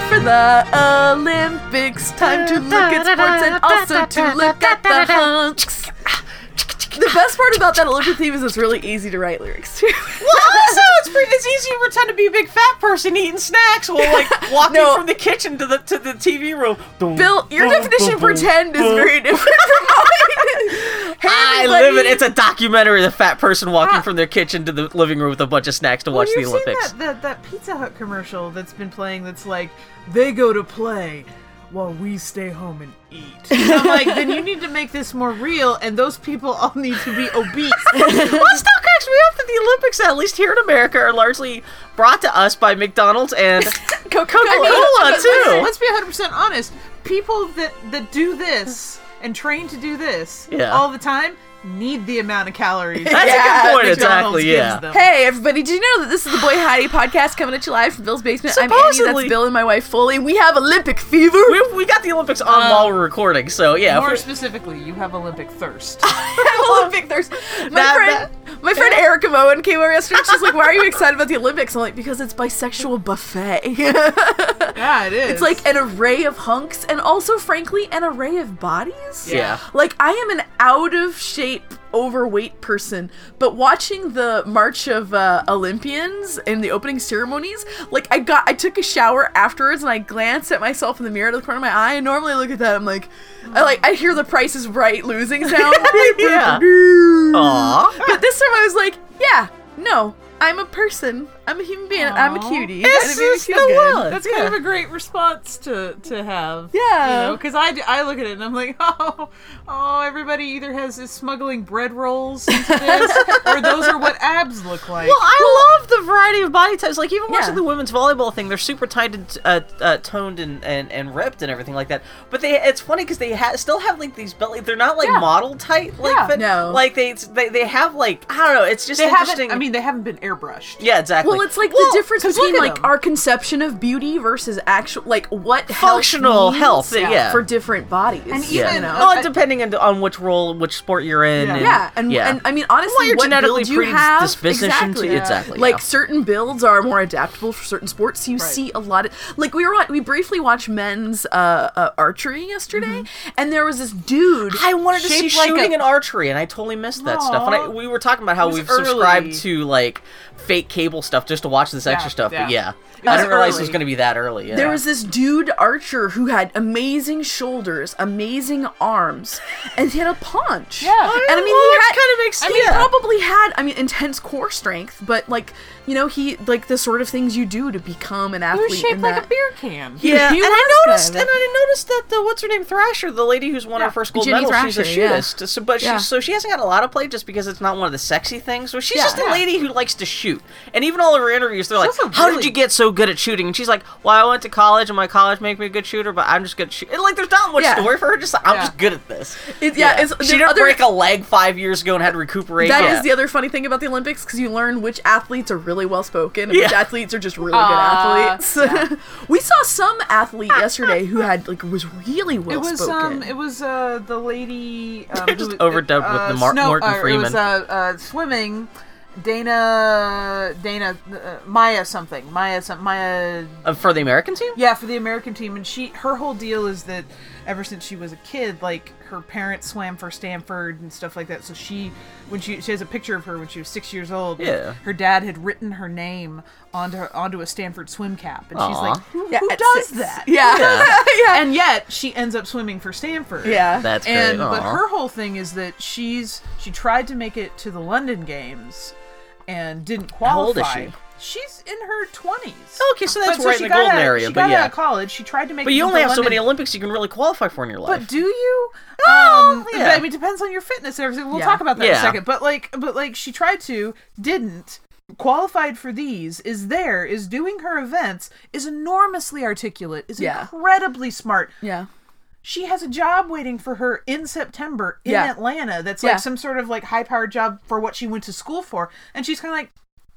the Olympics. Time to look at sports and also to look at the hunks. The best part about that Olympic theme is it's really easy to write lyrics to. Well, also it's pretty. It's easy to pretend to be a big fat person eating snacks while like walking No. from the kitchen to the to the TV room. Dun, Bill, your dun, definition of dun, dun, pretend is dun. very different from mine. Hey, I everybody. live it. It's a documentary of the fat person walking Ah. from their kitchen to the living room with a bunch of snacks to watch Have you the seen Olympics. That, that that Pizza Hut commercial that's been playing that's like they go to play while we stay home and eat. And I'm like, then you need to make this more real, and those people all need to be obese. well, it still cracks me up that the Olympics, at least here in America, are largely brought to us by McDonald's and Coca-Cola But too. Let's, let's be 100 percent honest. People that that do this and train to do this Yeah. all the time need the amount of calories. Yeah, That's a good that point. McDonald's Exactly. gives Yeah. them. Hey everybody! Did you know that this is the Boy Heidi podcast coming at you live from Bill's basement? I'm Annie. Supposedly. That's Bill and my wife Foley. We have Olympic fever. We, we got the Olympics on while we're recording, so yeah. if More we- specifically, you have Olympic thirst. Olympic thirst. My That- friend, my friend Erica Moen came over yesterday. and She's like, "Why are you excited about the Olympics?" I'm like, "Because it's bisexual buffet. yeah, it is. it's like an array of hunks, and also, frankly, an array of bodies. yeah. Like I am an out of shape, overweight person, but watching the March of uh, Olympians and the opening ceremonies, like I got, I took a shower afterwards and I glanced at myself in the mirror to the corner of my eye. And normally I look at that, I'm like, I like, I hear the Price is Right losing sound. Yeah. Aw. but this time I was like, yeah, no, I'm a person, I'm a human being, I'm a Aw. cutie. This And it made me is feel the good. world. That's Yeah. kind of a great response to to have. Yeah. You know, because I, d- I look at it and I'm like, oh, oh, everybody either has is smuggling bread rolls into this, or those are what abs look like. Well, I love the variety of body types. Like even watching Yeah. the women's volleyball thing, they're super tight and uh, uh, toned and, and and ripped and everything like that. But they, it's funny because they ha- still have like these belly. They're not like Yeah. model tight. Like, Yeah. but, No. like they, it's- they they have like I don't know. It's just they interesting. haven't. I mean, they haven't been airbrushed. yeah, exactly. Well, it's like Well, the difference 'cause look between at like them. our conception of beauty versus actual, like what health Functional means health, yeah. for different bodies. And Yeah. even, know. uh, Oh, depending on, on which role, which sport you're in. Yeah. and- yeah, and, yeah. and I mean honestly, what you're what genetically build you have, predisposition exactly. to. Exactly. Like yeah. certain builds are more adaptable for certain sports. So you Right. see a lot of like we were on, we briefly watched men's uh, uh archery yesterday, Mm-hmm. and there was this dude. I wanted to see shaped like shooting a- and archery, and I totally missed that Aw. stuff. And I, we were talking about how was we've early. subscribed to like fake cable stuff just to watch this extra Yeah, stuff. But yeah, yeah. I was didn't realize it was early. going to be that early. yeah. There was this dude archer who had amazing shoulders, amazing arms, and he had a paunch. Yeah. Oh, and I mean, well, he that had kinda makes I mean, sense. probably had I mean intense core strength, but like you know, he like the sort of things you do to become an It athlete. was shaped and like that- a beer can. yeah, he and I was noticed, kind and of- I noticed that the what's her name Thrasher, the lady who's won Yeah, her first gold Ginny medal, she's a Thrasher, yeah. shootist. So, but Yeah. she's so she hasn't got a lot of play just because it's not one of the sexy things. So she's Yeah. just a Yeah. lady who likes to shoot. And even all of her interviews, they're She's like, also "How did really- you get so good at shooting?" And she's like, "Well, I went to college, and my college made me a good shooter, but I'm just good at shooting." And, Like, there's not much Yeah. story for her. Just like, I'm Yeah. just good at this. It- yeah, it's- she the didn't other- break a leg five years ago and had to recuperate. That is yeah. the other funny thing about the Olympics because you learn which athletes are really well spoken and which Yeah. athletes are just really good Uh, athletes. we saw some athlete yesterday who had like was really well It was spoken. um, it was uh, the lady. Um, just who- overdubbed with the Mar- Morgan or It was Freeman. uh, uh, swimming. Dana, Dana, uh, Maya something, Maya some, Maya Uh, for the American team. Yeah, for the American team, and she her whole deal is that ever since she was a kid, like her parents swam for Stanford and stuff like that. So she, when she she has a picture of her when she was six years old. and Yeah. her dad had written her name onto onto a Stanford swim cap, and she's Aw. like, who, Yeah, who at does six. that? Yeah, yeah, And yet she ends up swimming for Stanford. yeah. That's great. And but Aw. her whole thing is that she's she tried to make it to the London Games, and didn't qualify. How old is she? Oh, She's in her twenties okay, so that's but so right she in the got golden out, area. She but got yeah, out of college. She tried to make. But it you to only have so London. many Olympics you can really qualify for in your life. But do you? Oh, um, yeah. I mean, it depends on your fitness. and Everything. We'll Yeah. talk about that in Yeah. a second. But like, but like, she tried to, didn't qualified for these. Is there? Is doing her events? Is enormously articulate. Is Yeah. incredibly smart. yeah. She has a job waiting for her in September in Yeah. Atlanta. That's Yeah. like some sort of like high powered job for what she went to school for. And she's kind of like,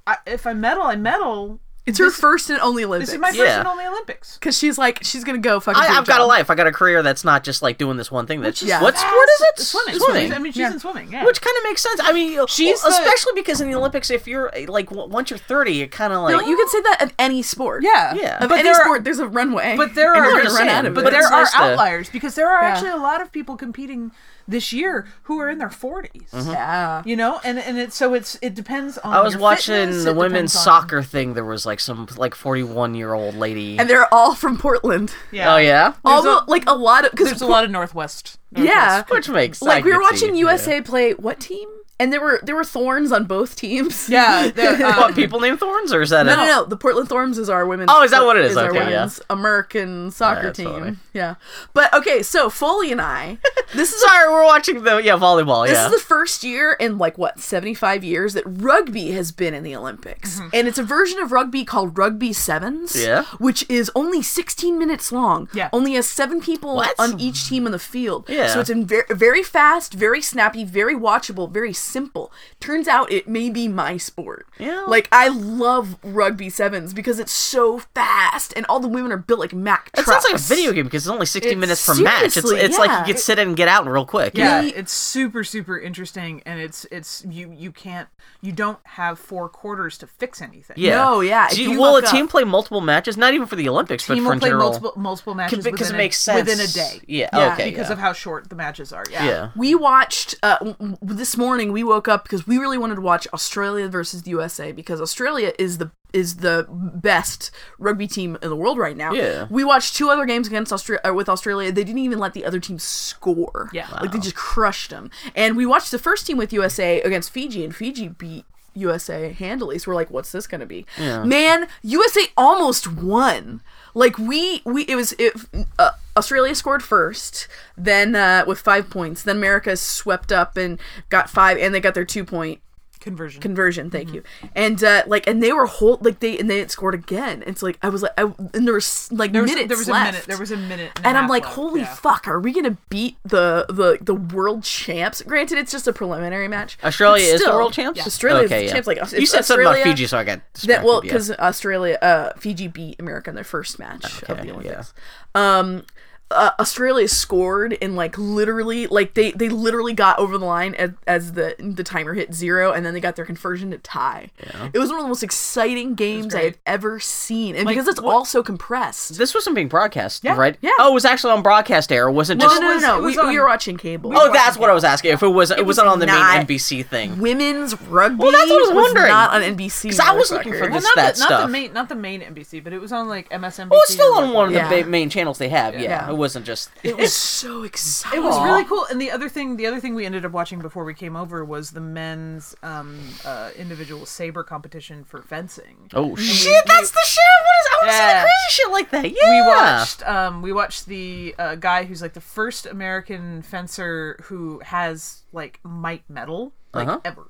I, if I medal, I medal. It's her This- first and only This Olympics. is my first Yeah. and only Olympics. Because she's like, she's gonna go fucking. I, do I've got job. a life. I got a career that's not just like doing this one thing. That's is what sport is it? Swimming. Swimming. I mean, she's Yeah. in swimming. Yeah. Which kind of makes sense. I mean, she's She's the- especially because in the Olympics, if you're like w- once you're thirty, it kind of like No, you can say that of any sport. yeah. Yeah. Of But any there are- sport, there's a runway. But there and are you're gonna just run saying, out of but it. But there it's are nice to- outliers because there are Yeah. actually a lot of people competing this year who are in their 40s. Yeah. You know, and and it's so it's it depends on. Mm-hmm. I was your watching fitness, the it women's depends on- soccer thing. There was like some like forty-one year old lady. And they're all from Portland. Yeah. Oh yeah, All There's a- the- like a lot of because There's a lot of Northwest. yeah. which makes I Like we were could see, watching yeah. USA play what team? And there were there were thorns on both teams. Yeah, there- uh, um, What people named Thorns, or is that No, a- no, no. The Portland Thorns is our women's. Oh, is that what it is? our Okay, yeah. women's American soccer that's team. funny. Yeah, but okay. So Foley and I, this is Sorry, we're watching the yeah volleyball. this yeah, is the first year in like what 75 years that rugby has been in the olympics and it's a version of rugby called rugby sevens Mm-hmm. Yeah. which is only 16 minutes long Yeah. only has seven people What? on each team in the field Yeah. so it's in very, very fast very snappy very watchable very simple turns out it may be my sport Yeah. like i love rugby sevens because it's so fast and all the women are built like mac it sounds like a trucks. video game because it's only sixty It's- minutes per match. It's seriously, it's like yeah. you could sit in and get out real quick. Yeah, We- it's super super interesting, and it's it's you you can't you don't have four quarters to fix anything. yeah. No, yeah, Do if you, you will a look team up- play multiple matches? Not even for the Olympics, team but for will in play general. multiple multiple matches because within it makes a, sense within a day. Yeah, okay, because yeah. of how short the matches are. Yeah, yeah. We watched uh, w- w- this morning. We woke up because we really wanted to watch Australia versus the USA because Australia is the is the best rugby team in the world right now. Yeah. We watched two other games against Australia uh, with Australia. They didn't even let the other team score. Yeah. like they just crushed them. And we watched the first team with USA against Fiji, and Fiji beat. USA handily, so we're like, what's this gonna be? Man, USA almost won. Like we, we it was it, uh, Australia scored first, then uh, with five points. Then America swept up and got five, and they got their two point conversion. conversion. Thank Mm-hmm. you. And uh, like, and they were whole like they and they had scored again. It's like I was like, I, and there was like there was, minutes there was left. a minute. There was a minute, and, a and I'm half like, left, holy yeah. fuck, are we gonna beat the the the world champs? Granted, it's just a preliminary match. but Australia is the still, world champs. Australia okay, is the yeah. champs. Like if you said something Australia- about Fiji, so I got that distracted, well, yeah. because Australia, uh, Fiji beat America in their first match of Okay, the yeah. Olympics. Um, uh, Australia scored in like literally, like they they literally got over the line as, as the the timer hit zero, and then they got their conversion to tie. It was one of the most exciting games I great. have ever seen, and because it's what- all so compressed. this wasn't being broadcast, Yeah, right? yeah. Oh, it was actually on broadcast air. Was it No, just? no, no, was- no, it was We, we on- were watching cable. Oh, that's what I was asking. If it was, it, was wasn't on the not- main NBC thing. women's rugby. Well, that's what I was wondering. Not on NBC. 'Cause I was looking for motherfucker. this- Well, not that the, not the stuff. main, not the main NBC, but it was on like MSNBC. Well, it's still on one of the Yeah. ba- main channels they have. Yeah. Yeah. it wasn't just. It was so exciting. It was really cool. And the other thing, the other thing we ended up watching before we came over was the men's um, uh, individual saber competition for fencing. Oh shit! That's the shit. What is? I want to see the Yeah. crazy shit like that. Yeah. we watched um, we watched the uh, guy who's like the first American fencer who has like might medal like Uh-huh. ever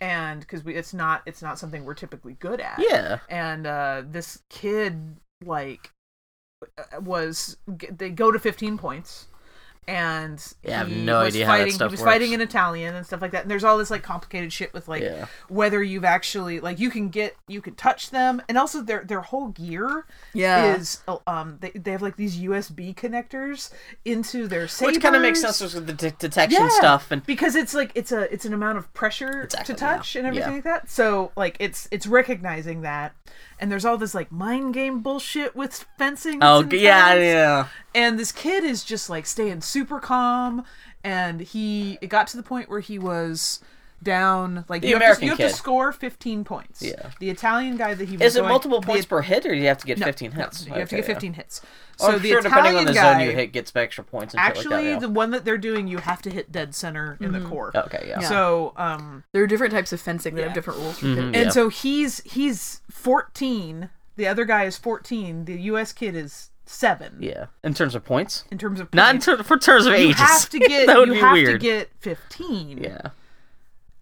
and because we it's not it's not something we're typically good at Yeah. and uh, this kid like uh, was g- they go to 15 points and Yeah, I have he no was idea how that fighting, stuff he was works. fighting in Italian and stuff like that. And there's all this like complicated shit with like Yeah. whether you've actually like you can get you can touch them, and also their their whole gear Yeah. is uh, um they, they have like these USB connectors into their sabers, Which kind of makes sense with the de- detection yeah, stuff and because it's like it's a it's an amount of pressure Exactly, to touch yeah. and everything Yeah. like that. So like it's it's recognizing that, and there's all this like mind game bullshit with fencing. oh that's in yeah towns. yeah. And this kid is just like staying super calm, and he it got to the point where he was down like you, have American to, you have kid. to score 15 points. Yeah. the Italian guy that he was Is it going- multiple the- points per hit, or do you have to get no, fifteen no, hits? you have to Okay, get yeah. 15 hits. Or So I'm the sure Italian depending on the guy, zone you hit gets extra points. And shit actually like that, the one that they're doing you have to hit dead center in Mm-hmm. the core. yeah. okay, yeah. So um There are different types of fencing that have Yeah. different rules. For Mhm, fencing. and yeah. so he's he's 14. The other guy is 14. The US kid is 7 yeah, in terms of points, in terms of not in points. ter- for terms of you ages. have to get that would you be have weird. to get 15. yeah,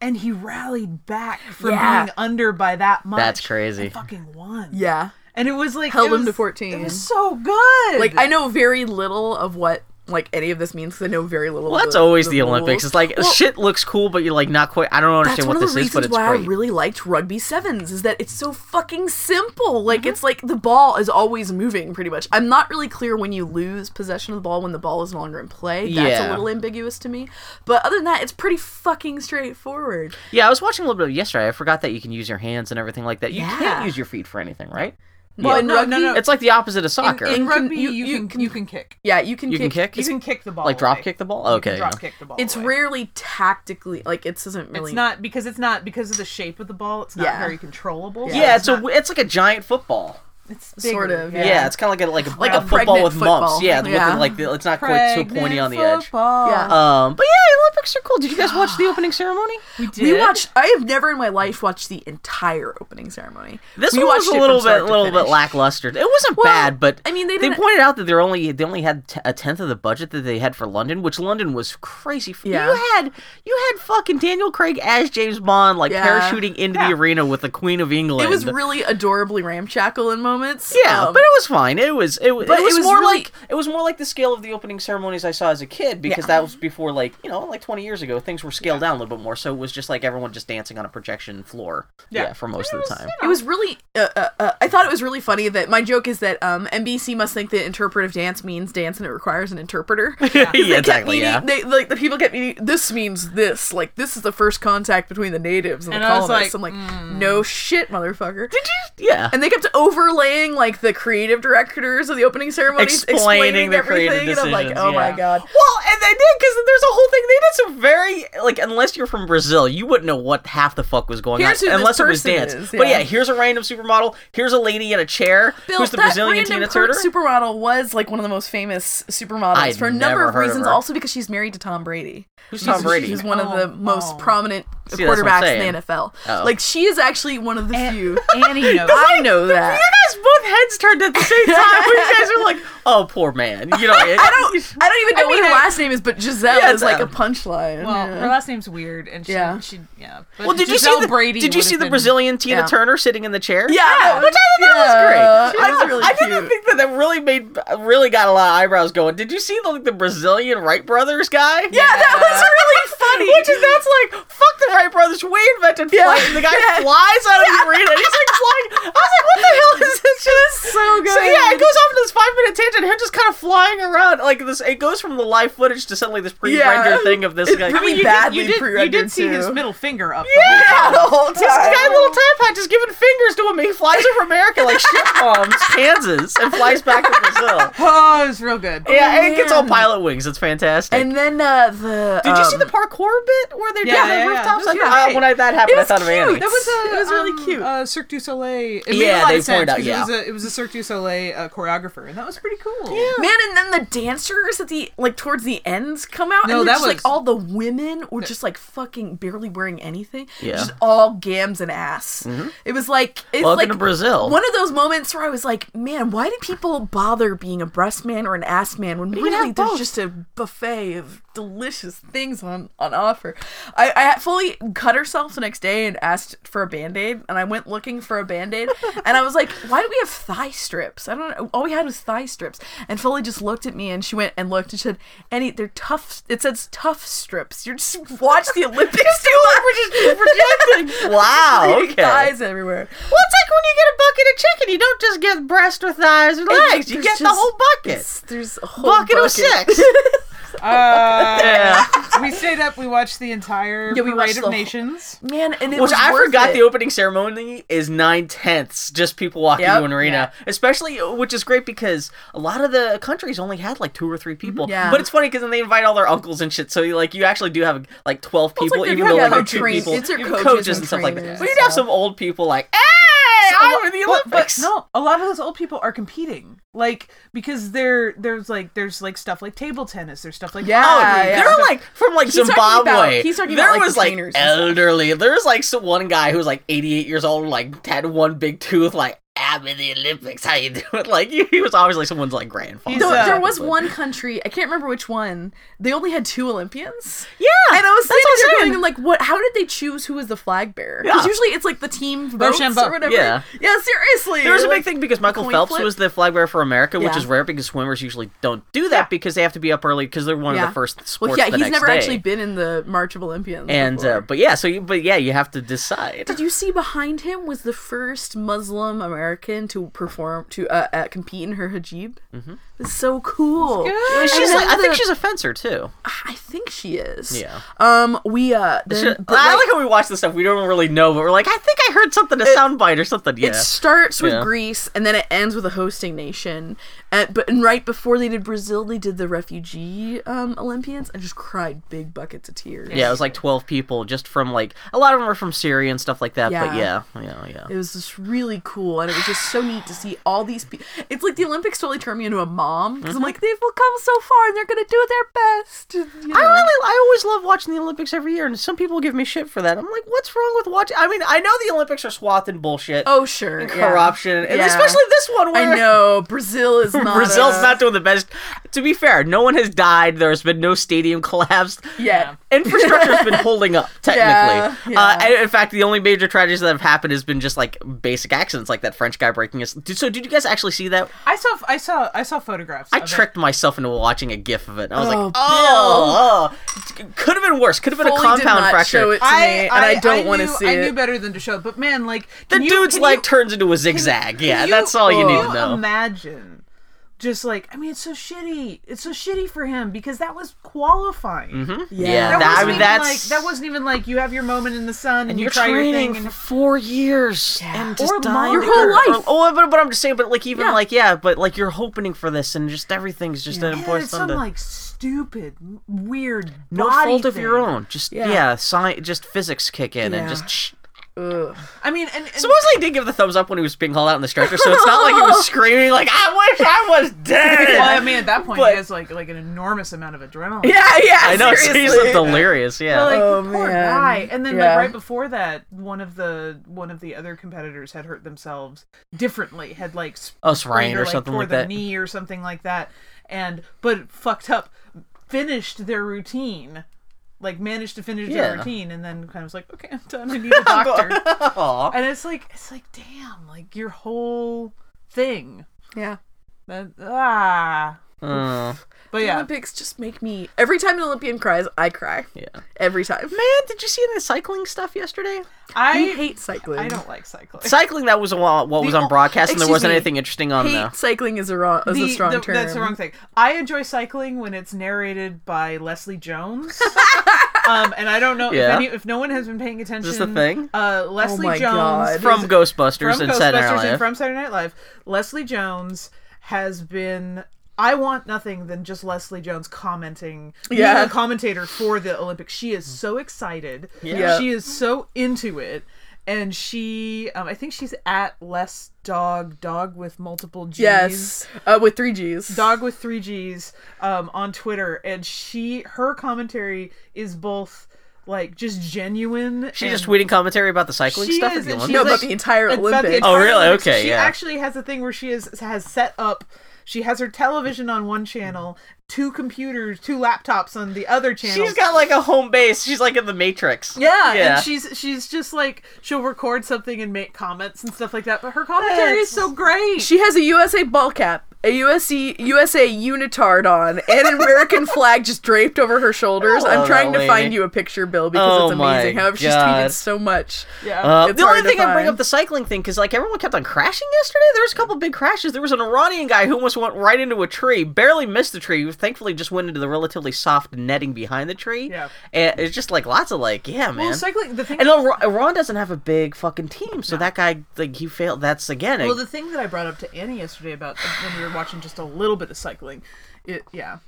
And he rallied back from Yeah. being under by that much. That's crazy. and fucking won. Yeah. And it was like Held it him to was- 14. It was so good. Like I know very little of what like any of this means because I know very little. Well, of that's the- always the the, Olympics. rules. It's like Well, shit looks cool, but you're like not quite. I don't That's understand one what of the this is, reasons but it's why great. I really liked rugby sevens is that it's so fucking simple. Like Mm-hmm. it's like the ball is always moving pretty much. I'm not really clear when you lose possession of the ball when the ball is no longer in play. That's a Yeah. little ambiguous to me. But other than that, it's pretty fucking straightforward. yeah, I was watching a little bit of yesterday. I forgot that you can use your hands and everything like that. You Yeah. can't use your feet for anything, right? Well, in no, rugby, no, no. it's- It's like the opposite of soccer. In can- rugby, you- you, you can, can- you can kick. yeah, you can you kick. can kick. You can kick the ball. like drop away. kick the ball. You can Okay. drop kick the ball. It's away. rarely tactically like it doesn't really. It's not because it's not because of the shape of the ball. It's not Yeah. very controllable. Yeah, it's a w it's like a giant football. it's Sort bigger, of, Yeah, it's kind of like a like a, Like a football pregnant with football. mumps. Yeah, with Yeah. The, like the, it's not quite so pointy on the edge. Yeah. Um, but yeah, Olympics are cool. Did you guys watch the opening ceremony? we did. We watched. I have never in my life watched the entire opening ceremony. This we one watched was it a from little bit, start to little bit finish. lackluster. It wasn't Well, bad, but I mean, they they didn't- pointed out that they're only they only had t- a tenth of the budget that they had for London, which London was crazy. f- Yeah. You had you had fucking Daniel Craig as James Bond, like Yeah. parachuting into Yeah. the arena with the Queen of England. It was really adorably ramshackle in moments. Yeah, Um, but it was fine. It was it, was- but it was, it was more really- like it was more like the scale of the opening ceremonies I saw as a kid because that was before like you know like twenty years ago things were scaled down a little bit more. So it was just like everyone just dancing on a projection floor. Yeah. Yeah, for most of the time. It was really. Uh, uh, uh, I thought it was really funny that my joke is that um, NBC must think that interpretive dance means dance and it requires an interpreter. Yeah, They kept exactly. meaning- Yeah. They, like the people kept meaning this means this. Like this is the first contact between the natives and, And the I was colonists. like, I'm like, mm. no shit, motherfucker. Did you? Yeah. And they kept overlaying like the creative directors of the opening ceremonies, explaining, Explaining the creative everything, and I'm like, decisions, oh my yeah. god. Well, and they did because there's a whole thing. They did some very like unless you're from Brazil, you wouldn't know what half the fuck was going Here's who on this unless it was person dance. is, But yeah. yeah, here's a random supermodel. Here's a lady in a chair. Bill, who's the that Brazilian random Tina Kirk Turner? supermodel was like one of the most famous supermodels I'd for a number never of heard of reasons. her. also because she's married to Tom Brady. Who's She's- Tom Brady? She's one of the Oh, most oh. prominent See, that's what I'm quarterbacks in saying. the NFL. Oh. Like she is actually one of the few. Annie knows. I know You that. guys both heads turned at the same time. when you guys are like, "Oh, poor man." You know, it, I don't. I don't even know I mean, what her I- last name is, but Giselle Yeah, is like a it's, punchline. Well, yeah. her last name's weird, and she, Yeah. yeah. she, yeah. But Well, did you Giselle see the Brady? Did you would've see the been- Brazilian Tina Yeah. Turner sitting in the chair? Yeah. which I thought Yeah. that was great. She was I, really I didn't cute. think that that really made really got a lot of eyebrows going. Did you see the, like, the Brazilian Wright brothers guy? yeah, that was really funny. Which is that's like fuck the Wright brothers. We invented Yeah. flight. And the guy Yeah. flies out of the arena. And he's like flying. I was like, what the hell is this? Shit? so good. So yeah, it goes off into this five minute tangent. Him just kind of flying around like this. It goes from the live footage to suddenly this pre rendered Yeah. thing of this It's guy. really You did, badly you did, you pre-rendered did see his too. middle finger up. Yeah. yeah, the whole This guy time. in a little top hat just giving fingers to him. He flies over America like shit bombs Kansas and flies back to Brazil. Oh, it was real good. Yeah, and it gets all man. pilot wings. It's fantastic. And then uh, the Did you see um, the parkour bit where they're Yeah, yeah, doing the yeah. rooftops? I Yeah, thought- right. when I, that happened, It I was thought of cute. Annie. That was a- it was really um, cute. Uh, Cirque du Soleil. It made a Yeah, lot they of sense pointed out- 'cause yeah. it was a it was a Cirque du Soleil uh, choreographer, and that was pretty cool. Man, and then the dancers at the like towards the ends come out, No, and they're that just like was- all the women were just like fucking barely wearing anything, Yeah. Mm-hmm. just all gams and ass. It was like it's Welcome like to Brazil. One of those moments where I was like, man, why do people bother being a breast man or an ass man when really have there's both. just a buffet of delicious things on on offer? I, I fully cut herself the next day and asked for a band aid, and I went looking for a band aid, and I was like, why do we have thigh strips? I don't know. All we had was thigh strips, and Foley just looked at me and she went and looked and said, Annie, they're tough. It says tough strips. You're just watch the Olympics too much. We're just projecting. Wow, Big okay. Thighs everywhere. Well, it's like when you get a bucket of chicken, you don't just get breast or thighs or legs. You there's get the just- whole bucket. It's- There's a whole Bucket, of six. Uh, yeah. we stayed up. We watched the entire Yeah, we watched Parade the of whole- Nations. Man, and it Which was I worth forgot it. the opening ceremony is nine tenths, just people walking Yep. into an arena. Especially, which is great because a lot of the countries only had like two or three people. Yeah. But it's funny because then they invite all their uncles and shit. So you like you actually do have like twelve it's people, like even they're though gonna have like they're two trained- people, it's their you have coaches coaches and and stuff like trainers that. But you'd and have stuff. some old people like, "Hey, I'm in the But- Olympics." But, no, a lot of those old people are competing, like because there there's like there's like stuff like table tennis, there's stuff like Yeah, Oh, yeah. they're like from like talking Zimbabwe. about- he's talking there about, like, was the like trainers and stuff. elderly. There was like so one guy who was like 88 years old, like had one big tooth, like I'm in the Olympics. How you doing? Like he he was obviously someone's like grandfather. He's Though uh, there was but- one country, I can't remember which one. They only had two Olympians. Yeah, And I was that's what I'm sitting there saying. going, like, what? How did they choose who was the flag bearer? Because Yeah. usually it's like the team votes Rochambeau. or whatever. Yeah. yeah, seriously. There was a like- big thing because Michael coin Phelps flip? was the flag bearer for America, which Yeah. is rare because swimmers usually don't do that because they have to be up early because they're one of Yeah. the first sports. Well, yeah, the he's next never day. actually been in the March of Olympians. And uh, before. but yeah, so you, but yeah, you have to decide. Did you see behind him was the first Muslim American to perform to uh, uh, compete in her hijab? Mm-hmm. It's so cool. Good. And She's then like, I think the- she's a fencer too. I think she is. Yeah. Um. We uh. Then, She- but, I like, like how we watch this stuff. We don't really know, but we're like, I think I heard something, a soundbite or something. Yeah. It starts with Yeah. Greece and then it ends with a hosting nation. And, but and right before they did Brazil, they did the refugee um, Olympians. I just cried big buckets of tears. yeah, it was like twelve people, just from like a lot of them are from Syria and stuff like that. But Yeah. yeah, yeah, yeah. It was just really cool, and it was just so neat to see all these people. It's like the Olympics totally turned me into a mom because I'm like, they've come so far, and they're gonna do their best. you Mm-hmm. I know? really, I always love watching the Olympics every year, and some people give me shit for that. I'm like, what's wrong with watching? I mean, I know the Olympics are swathed in bullshit, oh sure, and yeah. corruption, and Yeah. especially this one where I know Brazil is not Brazil's a- not doing the best. To be fair, no one has died. There's been no stadium collapsed. yet. Infrastructure's been holding up Yeah, technically. yeah. Uh, and in fact, the only major tragedies that have happened has been just like basic accidents, like that French guy breaking his. Did, so, did you guys actually see that? I saw, I saw, I saw photographs. I of it. tricked myself into watching a GIF of it. And I was Oh, like, oh, oh. could have been worse. Could have been Foley a did compound not fracture. show it to me, and I, don't want to knew- see I it. knew better than to show, it, but man, like the can you- dude's can leg you- turns into a zigzag. yeah, Can that's all can you need to know. Imagine, just like I mean, it's so shitty. It's so shitty for him because that was Yeah. qualifying. Yeah, That, Mm-hmm. That- I wasn't mean, even that's- like that wasn't even like you have your moment in the sun and, And you you're try your training thing. for And, four years and just Or dying. longer. to Your whole get- or- life. oh, but, but I'm just saying, but like even Yeah. like yeah, but like you're hoping for this, and just everything's just an yeah, important it's some thing. like stupid, weird, no body fault of your thing. own. Just Yeah. yeah, sci- just physics kick in and Yeah. just. Shh. Ugh. I mean, and, and Supposedly he did give the thumbs up when he was being hauled out in the stretcher, so it's not like he was screaming like I wish I was dead. well, I mean, at that point, But- he has like like an enormous amount of adrenaline. Yeah, yeah. I know seriously. he's delirious. Yeah. But, like Oh, the poor man. guy, and then Yeah. like right before that, one of the one of the other competitors had hurt themselves differently, had like Oh, sprained sprained or like, something tore like the that. knee or something like that, and but fucked up, finished their routine, like managed to finish Yeah. their routine, and then kind of was like, okay, I'm done, I need a doctor, Aw. and it's like it's like damn, like your whole thing, Yeah. that ah, Uh, but yeah, Olympics just make me. Every time an Olympian cries, I cry. yeah. Every time. Man, did you see any of the cycling stuff yesterday? I I hate cycling. I don't like cycling. Cycling that was wa- what was The- on broadcast, and there excuse wasn't me. anything interesting on Hate there. cycling is a wrong is a The- strong the- term. That's the wrong thing. I enjoy cycling when it's narrated by Leslie Jones. um, and I don't know Yeah. if, any, if no one has been paying attention. this a thing? Uh, Leslie Oh my Jones God. from is- Ghostbusters from and Saturday Ghostbusters Night and Live. from Saturday Night Live. Leslie Jones has been. I want nothing than just Leslie Jones commenting, being Yeah. a commentator for the Olympics. She is so excited. Yeah. She is so into it. And she, um, I think she's at Less Dog, Dog with multiple G's Yes. Uh, with three G's. dog with three g's um, on twitter and she her commentary is both like just genuine She's and just tweeting commentary about the cycling She stuff. is, at the and Olympics? she's no, about like- the entire about the Olympics. Oh, entire really? Olympics. Okay, she yeah. actually has a thing where she is has set up she has her television on one channel two computers two laptops on the other channel she's got like a home base. She's like in the Matrix. yeah, Yeah. and she's she's just like she'll record something and make comments and stuff like that. But her commentary is so great. She has a USA ball cap, a USC USA unitard on, and an American flag just draped over her shoulders. Oh, I'm trying to that find lady. you a picture, Bill, because Oh it's amazing. my However, she's tweeted God. so much. yeah, Uh, It's the only hard to thing I bring find. up the cycling thing because like everyone kept on crashing yesterday. There was a couple big crashes. There was an Iranian guy who almost went right into a tree, barely missed the tree. Thankfully, just went into the relatively soft netting behind the tree. Yeah. and it's just like lots of like, yeah, man. well, cycling. The thing and Iran Iran doesn't have a big fucking team, so that guy like he failed. That's again. Well, the thing that I brought up to Annie yesterday about uh, when we were watching just a little bit of cycling, it yeah,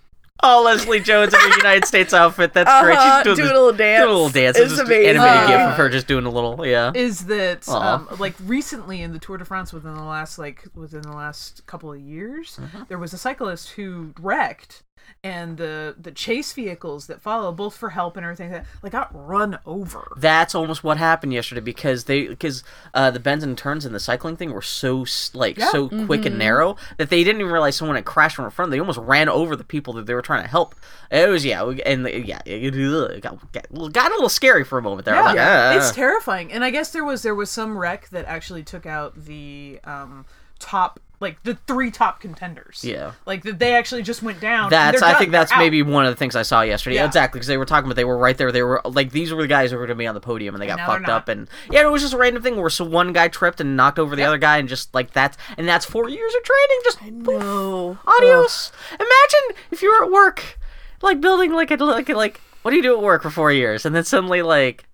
Oh, Leslie Jones in her United States outfit. That's great. Uh-huh, She's doing, doing this- a little dance. Doing a little dance. It's It's just amazing. an animated Uh, gif of her just doing a little. Yeah. is that Aw. um, like recently in the Tour de France Mm-hmm. within the last like within the last couple of years, there was a cyclist who wrecked and the the chase vehicles that follow, both for help and everything like that, like got run over. That's almost what happened yesterday because they because uh, the bends and turns in the cycling thing were so s- like Yeah. so quick and narrow that they didn't even realize someone had crashed from in front. of them. They almost ran over the people that they were trying to help. It was yeah, we- and the- yeah, it, it got, got got a little scary for a moment there. I was like, it's "Ah." terrifying. And I guess there was there was some wreck that actually took out the um top like the three top contenders. Yeah. like that they actually just went down. and That's they're I done. think that's They're out. maybe one of the things I saw yesterday. Yeah. Exactly because they were talking about they were right there. They were like these were the guys who were going to be on the podium and they got now they're fucked up and yeah, it was just a random thing where so one guy tripped and knocked over the other guy and just like that's and that's four years of training just poof, No. adios. Imagine if you were at work like building like a like a- like what do you do at work for four years and then suddenly like.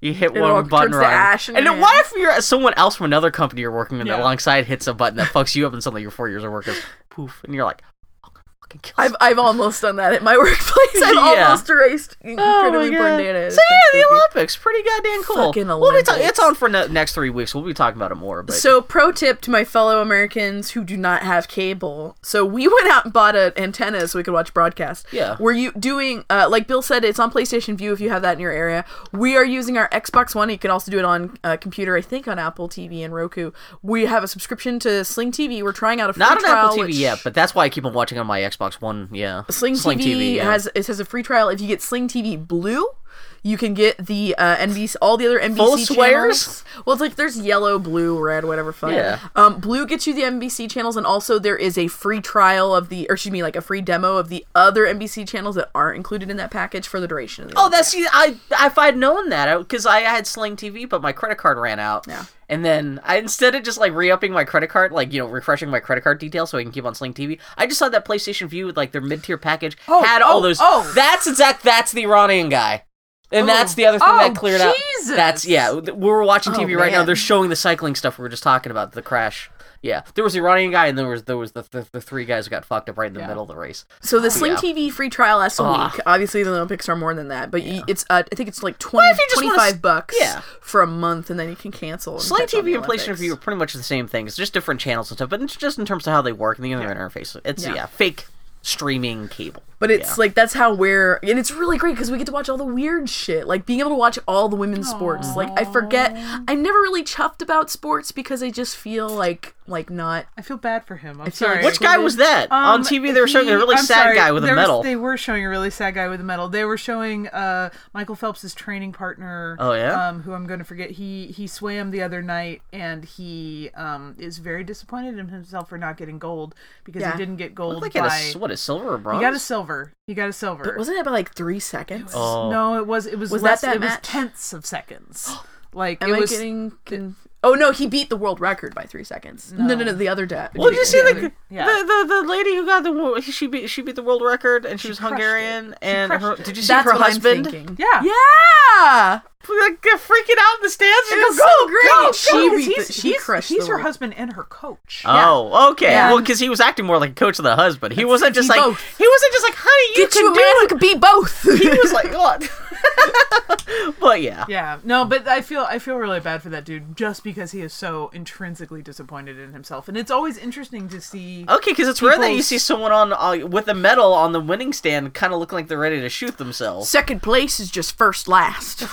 You hit It all one button turns to wrong, ash in and your then what hand. if you're someone else from another company you're working with Yeah. alongside hits a button that fucks you up, and suddenly your four years of work is poof, and you're like, "Oh, "I'm gonna fucking kill." I've I've almost done that at my workplace. I've Yeah. almost erased incredibly my God. burned data. Oh, So yeah, the Olympics, pretty goddamn cool. Fucking We'll be ta- Olympics. it's on for ne- next three weeks. We'll be talking about it more. But So, pro tip to my fellow Americans who do not have cable. So, we went out and bought an antenna so we could watch broadcast. Yeah. Were you doing, uh, like Bill said, it's on PlayStation View if you have that in your area. We are using our Xbox One. You can also do it on uh, computer, I think on Apple TV and Roku. We have a subscription to Sling TV. We're trying out a free not on trial. Apple TV which- yet, but that's why I keep on watching on my Xbox One. Yeah, Sling, TV, yeah. has it has a free trial. If you get Sling TV Blue, you can get the uh, NBC all the other NBC Full channels. swears? Well, it's like there's yellow, blue, red, whatever. Fuck. Yeah. Um, blue gets you the NBC channels, and also there is a free trial of the, or excuse me, like a free demo of the other NBC channels that aren't included in that package for the duration. Of the Oh, that's see, I if I'd known that because I, had Sling TV, but my credit card ran out. Yeah. And then I instead of just like re-upping my credit card, like you know refreshing my credit card details so I can keep on Sling TV, I just saw that PlayStation View with like their mid-tier package Oh, had all oh, those. oh. that's exact. That's the Iranian guy. And that's the other thing Oh, that cleared Jesus. Oh, out. That's yeah. th- We were watching TV right now. man. They're showing the cycling stuff we were just talking about the crash. Yeah, there was the Iranian guy, and there was there was the the, the three guys who got fucked up right in the middle of the race. so the Sling oh, yeah. TV free trial lasts a Ah. week. Obviously, the Olympics are more than that, but you, it's uh, I think it's like 20, if you just wanna 25 s- bucks Yeah. for a month, and then you can cancel. and Sling catch on TV the and PlayStation Olympics. View are pretty much the same thing. It's just different channels and stuff, but it's just in terms of how they work and the other interface. It's yeah. Yeah. fake streaming cable. But it's like that's how we're, and it's really great because we get to watch all the weird shit, like being able to watch all the women's sports. Like I forget, I never really chuffed about sports because I just feel like like not. I feel bad for him. I'm feel like sorry. Which Which guy was that Um, on TV? They were showing he- a really I'm sad sorry, guy with a there was- medal. they were showing a really sad guy with a medal. They were showing uh, Michael Phelps' training partner. Oh, yeah? um, who I'm going to forget. He he swam the other night and he um, is very disappointed in himself for not getting gold because Yeah. he didn't get gold. Like by, in a s- what a silver or he bronze? got a silver. He got a silver. Wasn't it about like three seconds? Oh. No, it was it was, Was that less, that it match? was tenths of seconds. Like Am it I was getting? Con- oh no, he beat the world record by three seconds. No, no, no, the other dad. Well, did you see the, Yeah. the, the the lady who got the wo- she beat she beat the world record and she, was crushed it. Hungarian and crushed her, it. did you see That's her what husband I'm thinking. Yeah. Yeah. Like, uh, freaking out in the stands? She It was goes, so "Go, great. go, She go." beat he's, the- he's, she crushed he's the her world. husband and her coach. Oh, okay. Yeah. Well, because he was acting more like a coach than the husband. He wasn't just he like both. he wasn't just like, honey, you Get can you a do man who it. could beat both. He was like, God. but yeah. Yeah, no, but I feel I feel really bad for that dude just because he is so intrinsically disappointed in himself, and it's always interesting to see. Okay, because it's rare that you People's- see someone on uh, with a medal on the winning stand, kind of looking like they're ready to shoot themselves. Second place is just first last.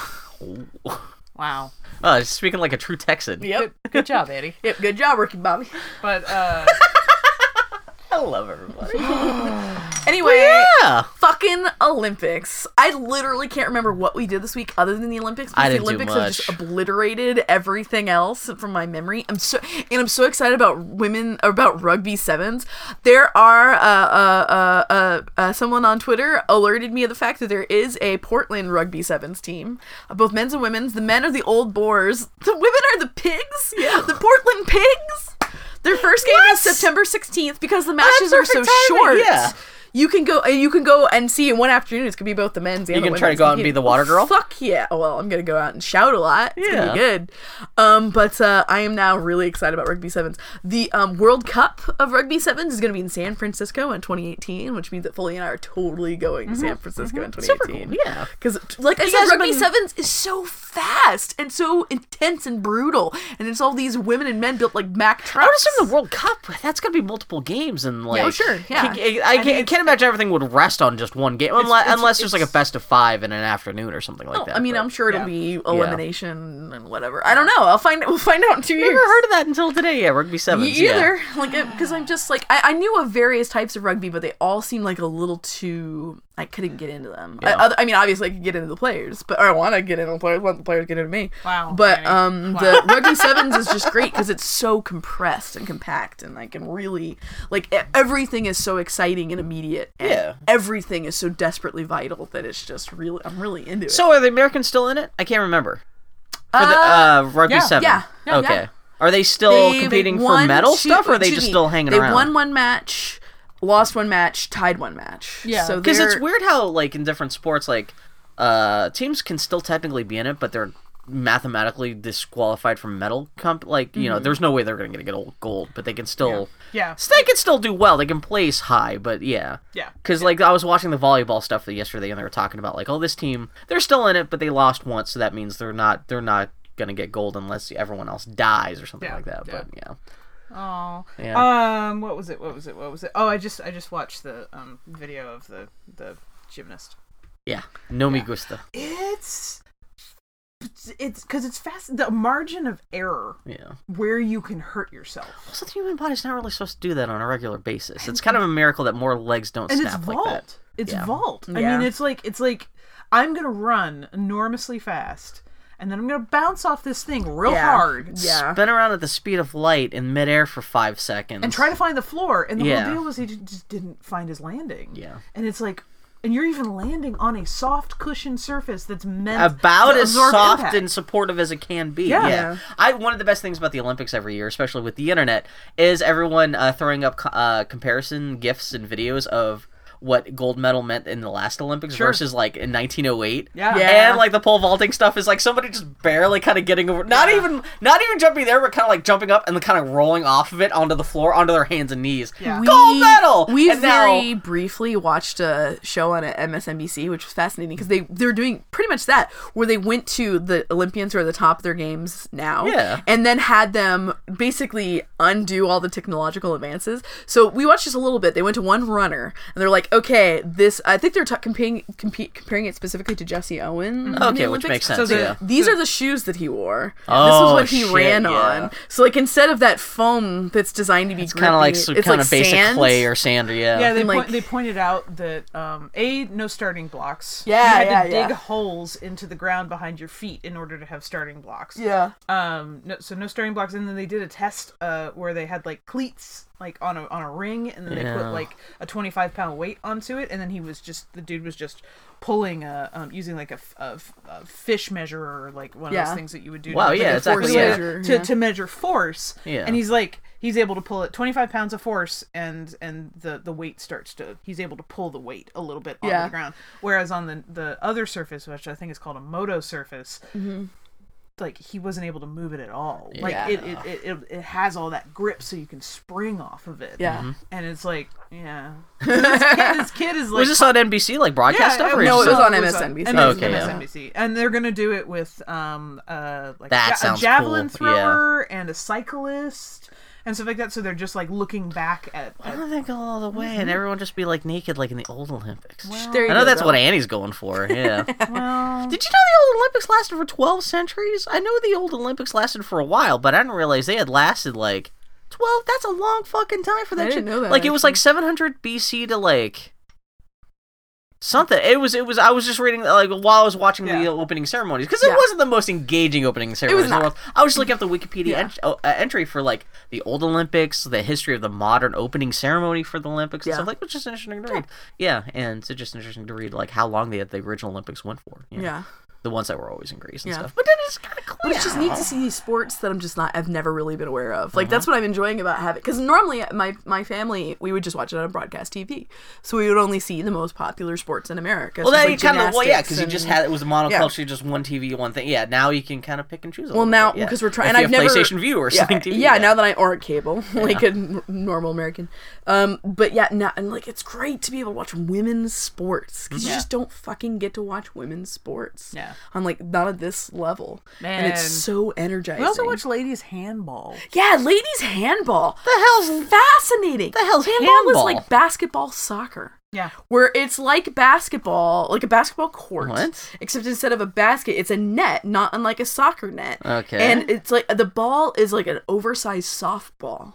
Wow, Uh, speaking like a true Texan. Yep. good, good job, Eddie. Yep. Good job, Ricky Bobby. But uh, I love everybody. Anyway. Yeah. fucking Olympics. I literally can't remember what we did this week other than the Olympics because I didn't the do Olympics have just much. obliterated everything else from my memory. I'm so and I'm so excited about women about rugby sevens. There are uh, uh, uh, uh, uh, someone on Twitter alerted me of the fact that there is a Portland rugby sevens team, uh, both men's and women's. The men are the old boars. The women are the pigs. Yeah. The Portland pigs. Their first game What? is September 16th because the matches are so perfect timing, short. yeah. You can go. uh, You can go and see in one afternoon. It's gonna be both the men's. And You the gonna try to women's go out and be the water girl? Fuck yeah! Oh, Well, I'm gonna go out and shout a lot. It's gonna be Yeah. good. Um, but uh, I am now really excited about rugby sevens. The um, World Cup of rugby sevens is gonna be in San Francisco in 2018, which means that Foley and I are totally going to Mm-hmm. San Francisco in 2018. Yeah. Because, like I guys said, have rugby been- sevens is so fast and so intense and brutal, and it's all these women and men built like Mack I trucks. would assume the World Cup. That's gonna be multiple games and like. oh, sure, yeah. I, can't- I can't, it's- can't imagine everything would rest on just one game, unless, it's- unless there's like a it's- best of five in an afternoon or something like No, that. Oh, I mean, but- I'm sure it'll be elimination and whatever. I don't know. I'll find. We'll find out in two years. never heard of that until today. Yeah, rugby Me sevens. yeah. either. Like, because I'm just like I, I knew of various types of rugby, but they all seemed like a little too. I couldn't get into them. I, Yeah. other, I mean, obviously, I could get into the players, but or I want to get into the players. Want the players to get into me. Wow, But Danny. um, Wow. the rugby sevens is just great because it's so compressed and compact, and I can really like e- everything is so exciting and immediate. And Yeah. Everything is so desperately vital that it's just really. I'm really into it. So are the Americans still in it? I can't remember. For the Uh, uh, rugby yeah. seven. Yeah. Yeah, okay. yeah. Are they still They competing for won medal two- stuff, or are they excuse just me, still hanging they around? won one match, lost one match, tied one match. Yeah. so because it's they're- weird how like in different sports like uh teams can still technically be in it but they're mathematically disqualified from medal comp like you know Mm-hmm. there's no way they're gonna get a gold but they can still Yeah. So they can still do well they can place high but yeah Yeah. because like i was watching the volleyball stuff yesterday and they were talking about like oh this team they're still in it but they lost once so that means they're not they're not gonna get gold unless everyone else dies or something Yeah, like that yeah. but yeah Oh. Yeah. Um. What was it? What was it? What was it? Oh, I just I just watched the um video of the the gymnast. yeah no me gusta It's it's because it's fast. The margin of error yeah where you can hurt yourself, Also, the human body's not really supposed to do that on a regular basis. It's kind of a miracle that more legs don't and it's snap like vault. that. It's Yeah. vault. I Yeah. mean, it's like it's like I'm gonna run enormously fast, and then I'm gonna bounce off this thing real Yeah. hard. Yeah. Spin around at the speed of light in midair for five seconds. and try to find the floor. And the Yeah. whole deal was he j- just didn't find his landing. Yeah. And it's like, and you're even landing on a soft cushion surface that's meant about to as absorb soft impact. and supportive as it can be. Yeah. Yeah. Yeah. I one of the best things about the Olympics every year, especially with the internet, is everyone uh, throwing up co- uh, comparison gifs and videos of what gold medal meant in the last Olympics Sure. versus like in 1908. Yeah. Yeah. And like the pole vaulting stuff is like somebody just barely kind of getting over, not even not even jumping there, but kind of like jumping up and kind of rolling off of it onto the floor onto their hands and knees. Yeah. We- Gold medal. We and now- very briefly watched a show on MSNBC, which was fascinating because they they're doing pretty much that, where they went to the Olympians who are at the top of their games now, Yeah. and then had them basically undo all the technological advances. So we watched just a little bit. They went to one runner, and they're like, "Okay, this." I think they're t- comparing comp- comparing it specifically to Jesse Owen. in the Mm-hmm. okay, which Olympics. makes sense. So the- yeah. These are the shoes that he wore. this was Oh, what he shit, ran yeah. on. So like instead of that foam that's designed to be Kind of like some it's kind like of basic sand. clay or sand, yeah. Yeah, they, and, point, like- they pointed out that um, a no starting blocks. Yeah, you had to yeah, dig yeah. holes into the ground behind your feet in order to have starting blocks. Yeah. Um, no, so no starting blocks, and then they did a test uh, where they had like cleats like on a on a ring, and then they Yeah. put like a twenty five pound weight onto it, and then he was just the dude was just pulling a um, using like a, f- a f- a fish measurer or like one of Yeah. those things that you would do. Wow, to, yeah, like, a exactly, force yeah. measure- Measure, To, yeah. to measure force. Yeah. and he's like he's able to pull it twenty five pounds of force, and and the the weight starts to he's able to pull the weight a little bit on Yeah. the ground, whereas on the the other surface, which I think is called a moto surface, like he wasn't able to move it at all. Yeah. Like it it, it it it has all that grip, so you can spring off of it. Mm-hmm. Yeah. and it's like yeah, this, kid, this kid is like was this on NBC, like broadcast stuff? Or it is was this on it MSNBC. it was Okay, yeah. MSNBC. And they're gonna do it with um uh like That a, ja- a sounds javelin cool, yeah. thrower and a cyclist and stuff like that. So they're just like looking back at. Why at don't they go all the way and everyone just be like naked like in the old Olympics? There I you know go, that's Bill. what Annie's going for. Yeah. Uh, well, Did you know the old Olympics lasted for 12 centuries? I know the old Olympics lasted for a while, but I didn't realize they had lasted like 12. That's a long fucking time for that I didn't shit. know that, Like it was like 700 BC to like something. It was it was I was just reading like while I was watching the Yeah. opening ceremonies because it Yeah. wasn't the most engaging opening ceremonies in the not. world. I was just looking up the Wikipedia Yeah. ent- uh, entry for like the old Olympics, the history of the modern opening ceremony for the Olympics and Yeah. stuff like which is interesting to read. Yeah, and it's just interesting to read like how long the the original Olympics went for. you know? Yeah. the ones that were always in Greece and Yeah. stuff. But then it's kind of cool. But it's just neat to see these sports that I'm just not, I've never really been aware of. Like, Uh-huh. that's what I'm enjoying about having, because normally my, my family, we would just watch it on broadcast TV. So we would only see the most popular sports in America. Well, so that it's you like kind of well, yeah, because you gymnastics just and- had it was a monoculture, just one TV, one thing. Yeah, now you can kind of pick and choose. A Well, little now, bit, yeah. because we're trying, and If you I've have never. PlayStation View or yeah, something. TV, yeah, now that I, or cable, like a n- normal American. Um, but yeah, now, and like, it's great to be able to watch women's sports, because you just don't fucking get to watch women's sports. yeah. I'm like, not at this level. And it's Man. so energizing. We also watch Ladies Handball. Yeah, ladies handball. The hell's Fascinating. The hell's is handball? like basketball soccer. Yeah. Where it's like basketball, like a basketball court. What? Except instead of a basket, it's a net, not unlike a soccer net. Okay. And it's like the ball is like an oversized softball.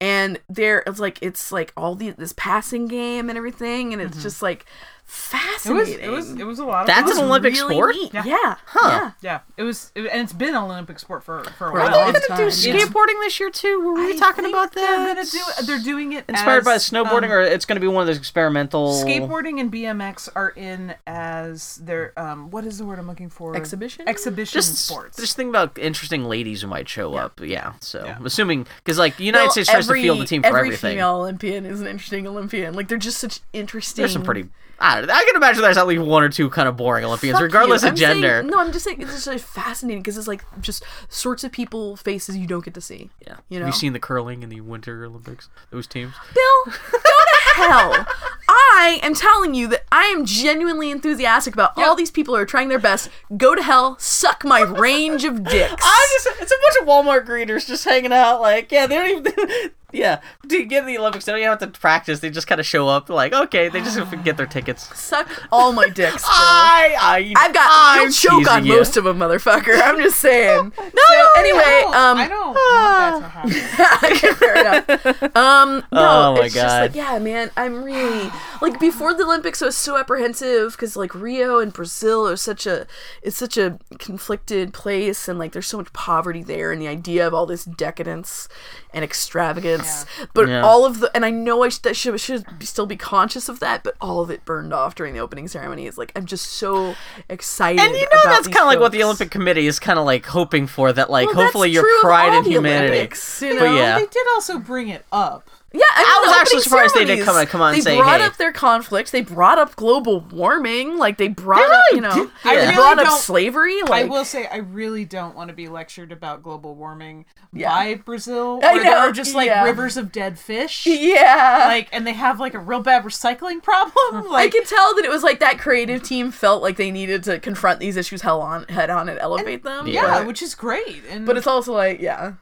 And there it's like it's like all the this passing game and everything and it's just like It was fascinating. it was it was a lot. Of Mm-hmm. That's fun. an Olympic really sport? neat. Yeah. Yeah. Huh. Yeah. yeah. It was it, and it's been an Olympic sport for for For a a while. long They're time, gonna do yeah. skateboarding this year too. Were we I talking think about They're that? gonna do it. They're doing it Inspired by as, snowboarding, um, or it's going to be one of those experimental skateboarding and BMX are in as their um what is the word I'm looking for Exhibition? exhibition Just sports. Just think about interesting ladies who might show up. Yeah. So I'm assuming because like the United Well, States tries to field the team for every everything. female Olympian is an interesting Olympian. Like they're just such interesting. There's some pretty. I, don't, I can imagine there's at least one or two kind of boring Olympians, Fuck regardless you. of I'm saying- gender. no, I'm just saying it's just like, fascinating because it's like just sorts of people faces you don't get to see. yeah. you know. Have you seen the curling in the Winter Olympics? Those teams. Bill, go to hell. I am telling you that I am genuinely enthusiastic about all these people who are trying their best. Go to hell, suck my range of dicks. just, it's a bunch of Walmart greeters just hanging out. Like, yeah, they don't even. Yeah, to get to the Olympics, they don't even have to practice. They just kind of show up. Like, okay, they just get their tickets. suck all my dicks. Bill. I, I, I've got Ah, I'm I'll choke on teasing you. most of them, motherfucker. I'm just saying. no, No, so, anyway, no, um, I don't want that to happen. okay, fair enough. Um, no, Oh my it's just like, God. yeah, man, I'm really like before the Olympics, I was so apprehensive because like Rio and Brazil are such a it's such a conflicted place, and like there's so much poverty there, and the idea of all this decadence and extravagance. But Yeah. all of the and I know I sh- that should should be- still be conscious of that, but all of it burned off during the opening ceremony. It's like I'm just so excited. And you know that's kind of like what the Olympic Committee is kind of like hoping for. That like Well, that's hopefully your true of pride all in the humanity. Olympics, you But know? yeah, Oh, They did also bring it up. Yeah, I, I mean, was the actually opening surprised they ceremonies, didn't come on- come on They and say, brought "Hey." up their conflicts. They brought up global warming. Like they brought up, you know, did. I they really brought up don't- slavery. Like I will say I really don't want to be lectured about global warming Yeah. by Brazil, I where there know, are just like yeah. rivers of dead fish. yeah. Like, and they have like a real bad recycling problem. I Like, could tell that it was like that creative team felt like they needed to confront these issues hell on head on and elevate them. yeah, but, which is great. And but it's also like yeah,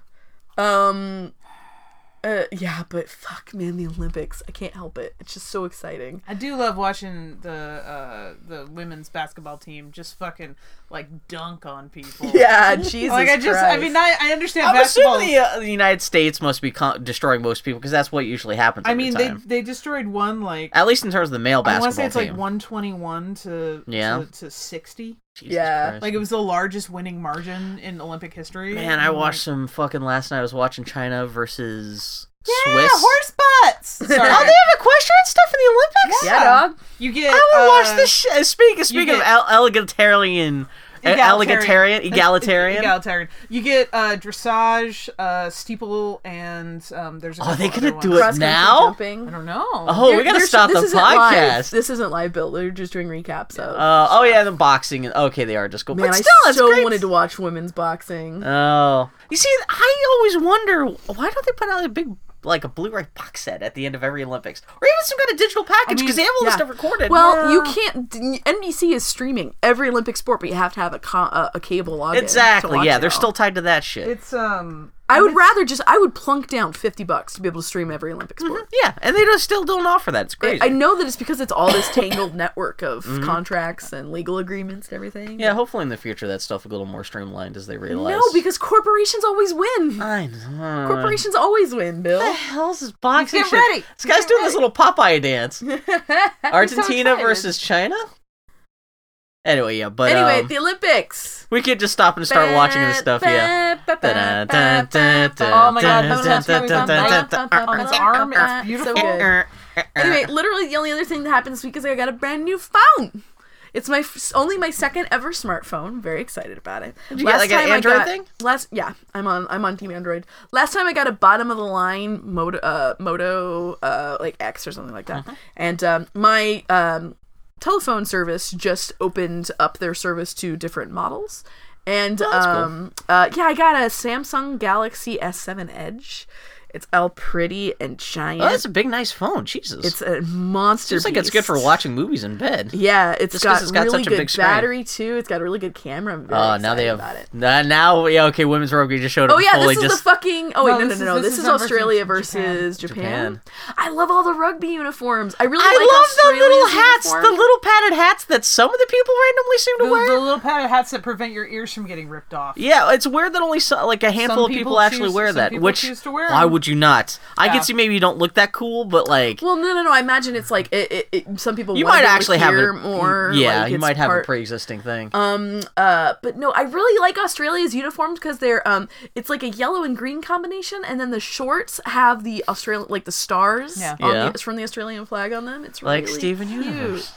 um, uh, yeah, but fuck, man, the Olympics. I can't help it. It's just so exciting. I do love watching the uh, the women's basketball team just fucking like dunk on people. Yeah, Jesus. like I just, I Christ. mean, I, I understand I'm basketball. assuming the, uh, the United States must be con- destroying most people because that's what usually happens. I every mean, they time. they destroyed one like at least in terms of the male I basketball want to say it's team. like 121 to Yeah. to, to 60. Jesus Yeah. Christ. Like mm. it was the largest winning margin in Olympic history. man, I watched some fucking last night. I was watching China versus Yeah, Swiss. horse butts. Sorry. Oh, they have equestrian stuff in the Olympics. yeah, dog. you get. I uh, want to watch this. Sh- uh, speaking speaking of get- el- egalitarian, e-, egalitarian, egalitarian. Egalitarian. You get uh, dressage, uh, steeple, and um, there's. A Are they couple gonna other do Cross ones. it country now? jumping. I don't know. Oh, we They're- gotta they're- stop the this isn't live. podcast. This isn't live, Bill. They're just doing recaps of. Uh, oh yeah, the boxing. and Okay, they are just cool. Man, but still, I it's so great. wanted to watch women's boxing. Oh, you see, I always wonder why don't they put out a big like a Blu-ray box set at the end of every Olympics, or even some kind of digital package because they have all this yeah. stuff recorded. well, you yeah. can't. NBC is streaming every Olympic sport, but you have to have a co- a, a cable login. to exactly. watch Yeah, it all. they're still Mm-hmm. tied to that shit. It's um. I would rather just. I would plunk down fifty bucks to be able to stream every Olympic sport. yeah, and they just still don't offer that. It's Mm-hmm. crazy. Mm-hmm. I know that it's because it's all this tangled network of contracts and legal agreements and everything. yeah, hopefully in the future that stuff will get a little more streamlined as they realize. No, because corporations always win. I know. Corporations always win, Bill. What the hell's this boxing Get shit? ready. This guy's Get doing this little Popeye dance. Argentina excited. versus China. Anyway, yeah, but Anyway, um, the Olympics. we could just stop and start watching this stuff. Yeah. Oh my God, On his arm, Uh, it's beautiful. so good. Anyway, literally the only other thing that happened this week is I got a brand new phone. It's my f- only my second ever smartphone. Very excited about it. Did you get, like, an Android thing? Last yeah, I'm on I'm on Team Android. Last time I got a bottom of the line Moto uh, Moto uh, like X or something like that, Uh-huh. and um, my um, telephone service just opened up their service to different models. Oh, And um, uh, yeah, I got a Samsung Galaxy S7 Edge, It's all pretty and giant. Oh, that's a big, nice phone. Jesus. it's a monster. Seems like it's good for beast. watching movies in bed. Yeah, it's Just 'cause got, it's got really such a good big screen. battery too. It's got a really good camera. I'm very Oh, now excited they have. about it. Nah, now, yeah, okay, women's rugby just showed up. Oh yeah, fully this is just, the fucking. Oh wait, No, no, no, no, this is- no. this This, is is not Australia versus versus Japan. Japan. I love all the rugby uniforms. I really I like love Australia's the little hats, uniform. the little padded hats that some of the people randomly seem to The, wear. the little padded hats that prevent your ears from getting ripped off. Yeah, it's weird that only so, like a handful Some of people, people actually choose- wear some that. people Which choose to wear why 'em. would you not? I Yeah. can see maybe you don't look that cool, but like Well, no, no, no. I imagine it's like it, it, it, some people. you want might to actually have hear a more. Yeah, like, you it's might have part- a pre-existing thing. Um. Uh. But no, I really like Australia's uniforms because they're um. It's like a yellow and green combination, and then the shorts have the Australian like the stars. Yeah. on the- Yeah. it's from the Australian flag on them. It's like really Steven cute. Universe.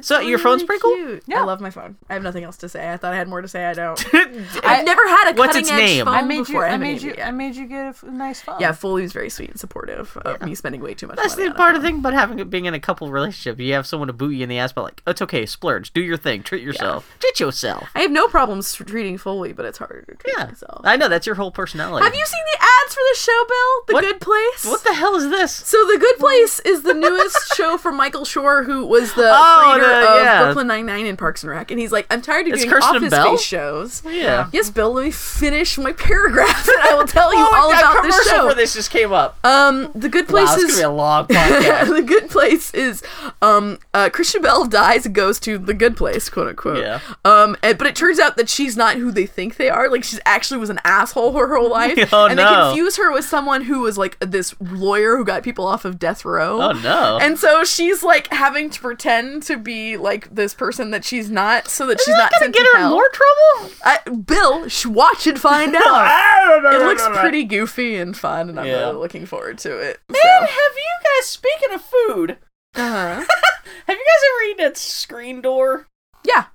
So your phone's pretty cool. Oh, cute. Yeah. I love my phone. I have nothing else to say. I thought I had more to say. I don't. I- I've never had a What's cutting its edge name? phone I made you. before. I haven't made even you. yet. I made you get a f- nice phone. yeah, Foley's very sweet and supportive of me spending way too much. That's money the on a part of phone. the thing about having being in a couple relationship. You have someone to boot you in the ass, but like, it's okay, splurge, do your thing, treat yourself, treat yourself. I have no problems treating Foley, but it's harder to treat Yeah, myself. I know that's your whole personality. Have you seen the ads for the show, Bill? The What- Good Place. What the hell is this? So the Good Place is the newest show from Michael Shore, who was the Oh, creator the- of yeah. Brooklyn Nine Nine and Parks and Rec, and he's like, I'm tired of It's doing Kirsten office Bell? based shows. Yeah. Yes, Bill. Let me finish my paragraph, and I will tell you Oh, all that about this commercial show. where this just came up. um, the Good Place wow, this is is gonna be a long podcast. the good place is um uh Christian Bell dies and goes to the good place, quote unquote. Yeah. Um and, but it turns out that she's not who they think they are. Like she's actually was an asshole her whole life. Oh, and they no. confuse her with someone who was like this lawyer who got people off of death row. oh no. And so she's like having to pretend to be like this person that she's not, so that she's not gonna sent get to her in hell. more trouble? I, Bill, sh- watch and find out. It looks pretty goofy and fun, and I'm Yeah. really looking forward to it. Man, have you guys speaking of food? So, uh-huh. Have you guys ever eaten at Screen Door? Yeah.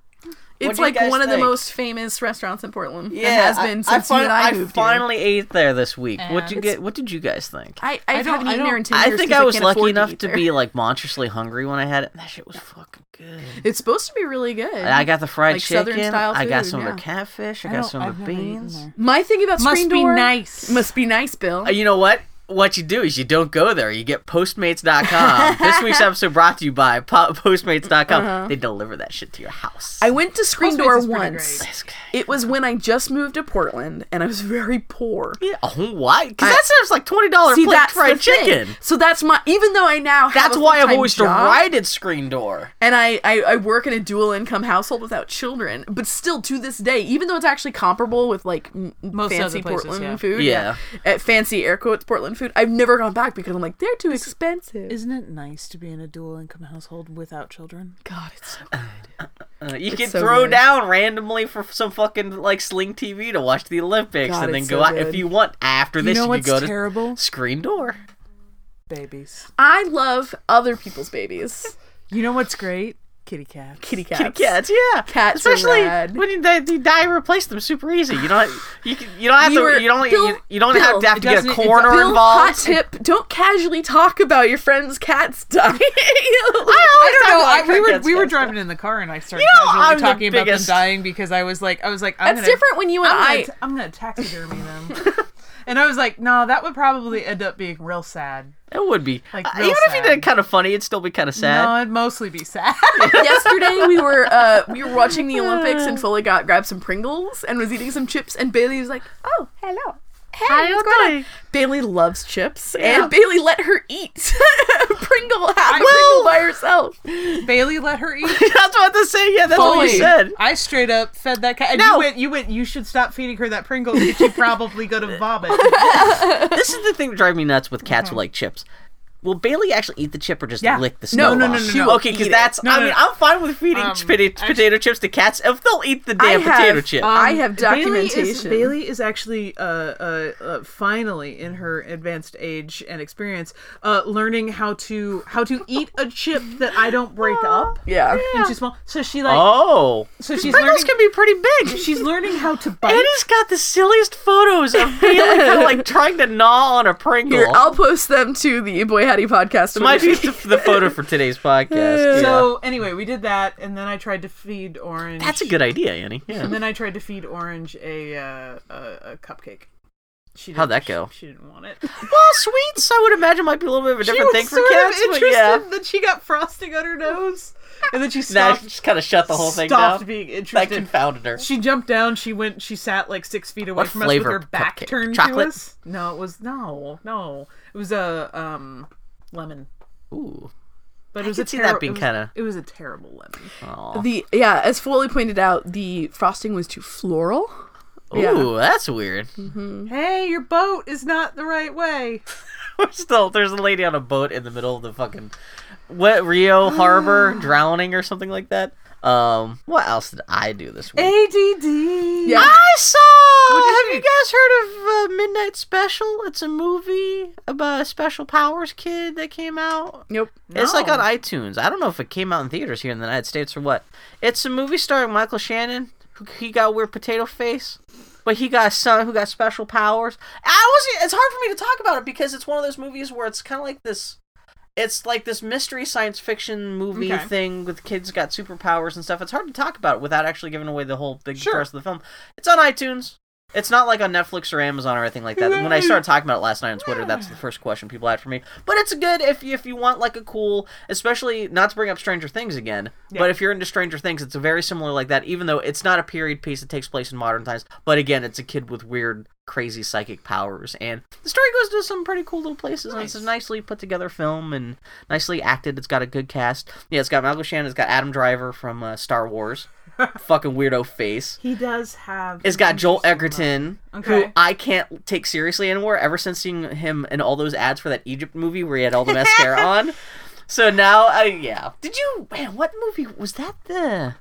What It's do you like guys one of the think? most famous restaurants in Portland. Yeah, has been since I, you fin- and I, moved here. finally ate there this week. What you And- get? What did you guys think? I, I, I don't- haven't I eaten don't- there in ten years. I think 'cause I was can't lucky afford enough eat to there. be like monstrously hungry when I had it. That shit was fucking good. It's supposed to be really good. And I got the fried Like chicken. Southern style I got food, some of yeah. the catfish. I, I got don't- some of I've never the eaten beans. there. My thing about Must Screen be Door nice. must be nice, Bill. Uh, You know what? What you do is you don't go there. You get Postmates.com. this week's episode brought to you by po- Postmates.com. They deliver that shit to your house. Uh-huh. I went to Screen Postmates Door is pretty once. great. That's good. It was when I just moved to Portland and I was very poor. Yeah, oh, why? Because I- that sounds like twenty dollars See, plate that's fried the thing. chicken. So that's my. Even though I now have That's a why I've full-time always job, derided Screen Door. and I, I I work in a dual income household without children, but still to this day, even though it's actually comparable with like m- Most fancy other places, Portland yeah. food, Yeah. at fancy air quotes Portland food, I've never gone back because I'm like they're too expensive. Isn't it nice to be in a dual income household without children? God, it's so Uh, you can so throw good. down randomly for some fucking like Sling TV to watch the Olympics, God, and then it's go so out if good. you want. After You this, know you, what's go to terrible? Screen Door. Babies. I love other people's babies, You know what's great? Kitty cats. kitty cats. Kitty cats, yeah, Cats are especially rad. when you die, you die, replace them super easy. You don't, you, can- you don't have We to, were- you don't, Bill- you, you don't have to Bill, have to get doesn't- a it coroner Bill, hot involved. tip: Don't casually talk about your friend's cats dying. I No, don't I, like we were crickets, we were yes. driving in the car and I started You know, casually I'm the talking about biggest- them dying because I was like I was like I'm That's gonna, different when you and I'm gonna, I. t- I'm gonna taxidermy them. and I was like, no, that would probably end up being real sad. It would be Like, Uh, real even if you sad. did it kind of funny, it'd still be kind of sad. No, it'd mostly be sad. yesterday we were uh, we were watching the Olympics and Foley got grabbed some Pringles and was eating some chips and Bailey was like, "Oh, hello." Hey, what's going on? Bailey loves chips, and Bailey let her eat Pringle half a Pringle by herself. Bailey let her eat. that's what to say. Yeah, that's what Fully. you said. I straight up fed that cat. And No. you went, you went, you should stop feeding her that Pringle because she'd probably go to vomit. this is the thing that drives me nuts with cats who like chips. Will Bailey actually eat the chip or just Yeah. lick the No, snow no, no, off? no, She no. will Okay, eat because it. that's. No, I no, mean, no. I'm fine with feeding Um, pota- actually- potato chips to cats if they'll eat the I damn have- potato chip. I have documentation. Um, Bailey is, Bailey is actually uh, uh, uh, finally in her advanced age and experience uh, learning how to how to eat a chip that I don't break up yeah. into small. So she like oh, so she's Pringles learning can be pretty big. she's learning how to bite. Eddie's got the silliest photos of Bailey kind of like trying to gnaw on a Pringle. Here, I'll post them to the Boy Hattie podcast. Might be when- the, the photo for today's podcast. yeah. So anyway, we did that, and then I tried to feed Orange. that's a good idea, Annie. Yeah. And then I tried to feed Orange a uh, a, a cupcake. She How'd didn't- that go? She, she didn't want it. Well, sweets I would imagine might be a little bit of a different thing for kids. Of but interested yeah. that she got frosting on her nose, and then she Now stopped. she just kind of shut the whole thing stopped down. being That interested. confounded her. She jumped down. She went. She sat like six feet away What from flavor us with her back cupcake? turned Chocolate? to us. No, it was no, no. It was a um lemon, Ooh. but it was could a see that terri- being it was- kinda- It was a terrible lemon. The yeah, as Foley pointed out, the frosting was too floral. Yeah. Ooh, that's weird. Hey, your boat is not the right way. We're still there's a lady on a boat in the middle of the fucking wet Rio harbor drowning or something like that. Um, what else did I do this week? ADD. Yeah. I saw. Have you you guys heard of uh, Midnight Special? It's a movie about a special powers kid that came out. Nope. It's like No. on iTunes. I don't know if it came out in theaters here in the United States or what. It's a movie starring Michael Shannon. Who, he got weird potato face, but he got a son who got special powers. I was. It's hard for me to talk about it because it's one of those movies where it's kind of like this. It's like this mystery science fiction movie Okay. thing with kids got superpowers and stuff. It's hard to talk about without actually giving away the whole big Sure. rest of the film. It's on iTunes. It's not like on Netflix or Amazon or anything like that. When I started talking about it last night on Twitter, that's the first question people had for me. But it's good if you, if you want like a cool, especially not to bring up Stranger Things again. But if you're into Stranger Things, it's very similar like that. Even though it's not a period piece that takes place in modern times, but again, it's a kid with weird, crazy psychic powers, and the story goes to some pretty cool little places. And it's a nicely put together film and nicely acted. It's got a good cast. Yeah, it's got Michael Shannon. It's got Adam Driver from uh, Star Wars. Fucking weirdo face. He does have. It's got Joel Egerton, who Okay. I can't take seriously anymore ever since seeing him in all those ads for that Egypt movie where he had all the mascara on. So now, uh, yeah. Did you, man, what movie was that the.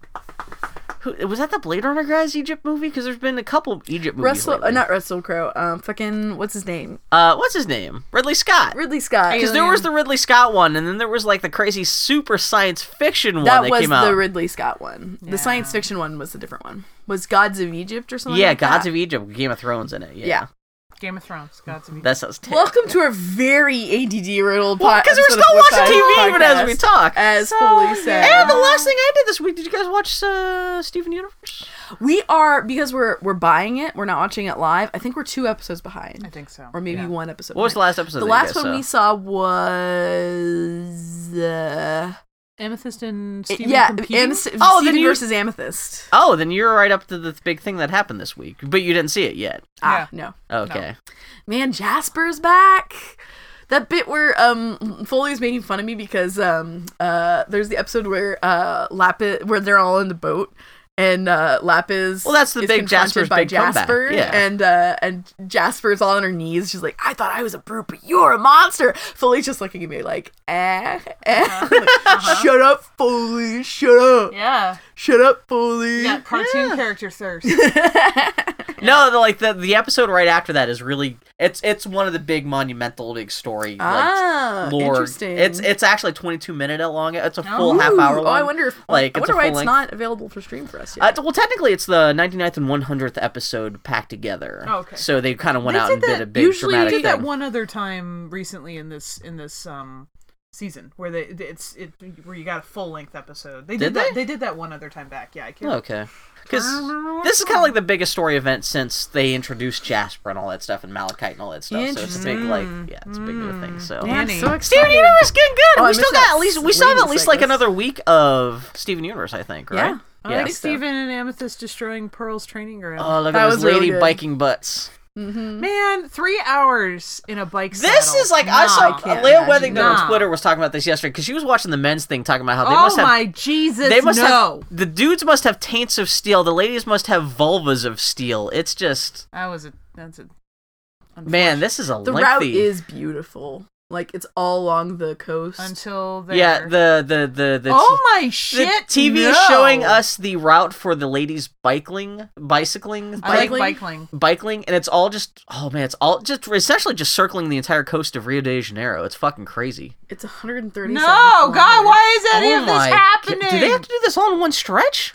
Who, was that the Blade Runner guys Egypt movie? Because there's been a couple Egypt movies. Russell, uh, lately. not Russell Crowe. Um, fucking what's his name? Uh, what's his name? Ridley Scott. Ridley Scott. Because there was the Ridley Scott one, and then there was like the crazy super science fiction one that, that was came out. the Ridley Scott one. The science fiction one was a different one. Was Gods of Egypt or something? yeah, like Gods that? of Egypt, Game of Thrones in it. Yeah, Yeah. Game of Thrones. Got to be. that sounds terrible. Welcome to our very ADD riddled Well, podcast. because we're still watching TV even as we talk. As So, Foley said. And the last thing I did this week, did you guys watch uh, Steven Universe? We are because we're we're buying it. We're not watching it live. I think we're two episodes behind, I think so. or maybe Yeah. one episode. What was the behind. last episode? The that you last guys one saw? we saw was uh, Amethyst and Steven yeah, competing? Amethyst, Oh, Steven then you- versus Amethyst. Oh, then you're right up to the big thing that happened this week, but you didn't see it yet. Ah, no, Okay. man, Jasper's back. That bit where um Foley was making fun of me because um uh there's the episode where uh Lapis where they're all in the boat and uh Lapis Well, that's the is big confronted Jasper's by big comeback, Jasper yeah. and uh and Jasper's all on her knees she's like I thought I was a brute but you're a monster Foley's just looking at me like eh, eh. Like, "Uh-huh." shut up Foley shut up Yeah. shut up Foley Yeah. Cartoon character thirst. No, the, like the the episode right after that is really it's it's one of the big monumental big story. Ah, like, lore. interesting. It's it's actually 22 minute long. It's a full Ooh, half hour long. Oh, I wonder if like I it's a wonder why full it's length. not available for stream for us yet. Uh, t- well, technically, it's the 99th and 100th episode packed together. Oh, okay. So they kind of went They out did and did that- a big usually dramatic they did thing. that one other time recently in this in this um season where they it's it where you got a full length episode. They did, Did that they? they did that one other time back. Yeah, I can't. Okay. Because I don't remember what this is it's kind of called. like the biggest story event since they introduced Jasper and all that stuff and Malachite and all that stuff. So it's a big like yeah, it's a big little thing. So I'm Danny. so Steven excited. Universe getting good. Oh, I we still missed got that at least we s- still have at wings least like segment. another week of Steven Universe, I think, right? Yeah. I like Steven and Amethyst destroying Pearl's training ground. Oh, look That at was those really lady good. biking butts. Mm-hmm. Man, three hours in a bike. This saddle. is like nah, I saw can't Leah imagine. Wethington Nah. on Twitter was talking about this yesterday because she was watching the men's thing talking about how they oh must have my Jesus! they must no. have the dudes must have taints of steel, the ladies must have vulvas of steel. It's just That was a that's a man, this is a The lengthy route is beautiful. Like it's all along the coast. until there. Yeah, the the the the, oh my t- shit! the TV is no. showing us the route for the ladies biking, bicycling, I like Bikeling? biking. biking, and it's all just oh man, it's all just essentially just circling the entire coast of Rio de Janeiro. It's fucking crazy. it's 137. No, God, kilometers. why is any oh of my this happening? God. Do they have to do this all in one stretch?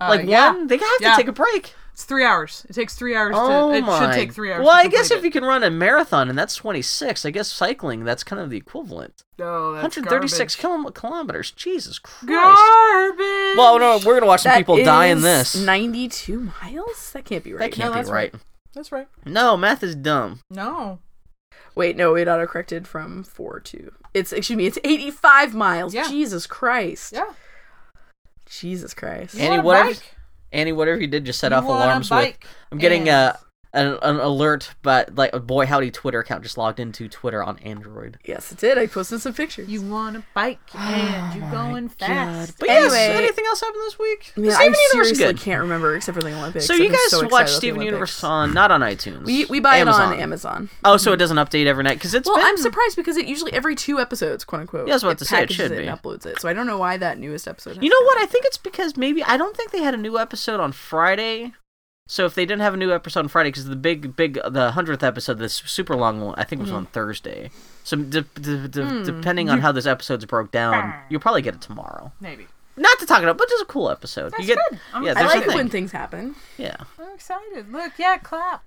Uh, like yeah. one, they have Yeah. to take a break. It's three hours. It takes three hours. oh to, It my! should take three hours. well, to I guess complete if you can run a marathon and that's twenty six, I guess cycling that's kind of the equivalent. it. oh, One that's hundred thirty six garbage. kilo- kilometers. Jesus Christ! Garbage. Well, no, we're gonna watch some That people die in is this. 92 miles? That can't be right. That can't No, be that's right. That's right. No, math is dumb. No. Wait, no, it autocorrected from four to it's excuse me, it's eighty five miles. Yeah. Jesus Christ. Yeah. Jesus Christ. Annie, want a whatever- bike? Annie, whatever you did, just set You off want a alarms with. bike? I'm getting And- uh, an, an alert, but like a boy howdy Twitter account just logged into Twitter on Android. Yes, it did. I posted some pictures. You want a bike Oh and you're going fast. But yes, Anyway- anything else happened this week? Man, Steven I Universe is seriously good. can't remember except for the Olympics. So you I'm guys excited about watch the Steven Olympics. Universe on not on iTunes. We, we buy Amazon. it on Amazon. Oh, so it doesn't update every night because it's Well, been I'm surprised because it usually every two episodes, quote unquote. Yeah, I was about it to say, it packages should and be. uploads it. So I don't know why that newest episode. You know what? I think it's because maybe I don't think they had a new episode on Friday. So if they didn't have a new episode on Friday, because the big, big, the hundredth episode, this super long one, I think Mm-hmm. was on Thursday. So de- de- de- Hmm. depending on how this episode's broke down, you'll probably get it tomorrow. Maybe. Not to talk it up, but just a cool episode. you get, good. I'm- yeah, I I there's like a it thing. when things happen. Yeah, I'm excited. Look, yeah, clap.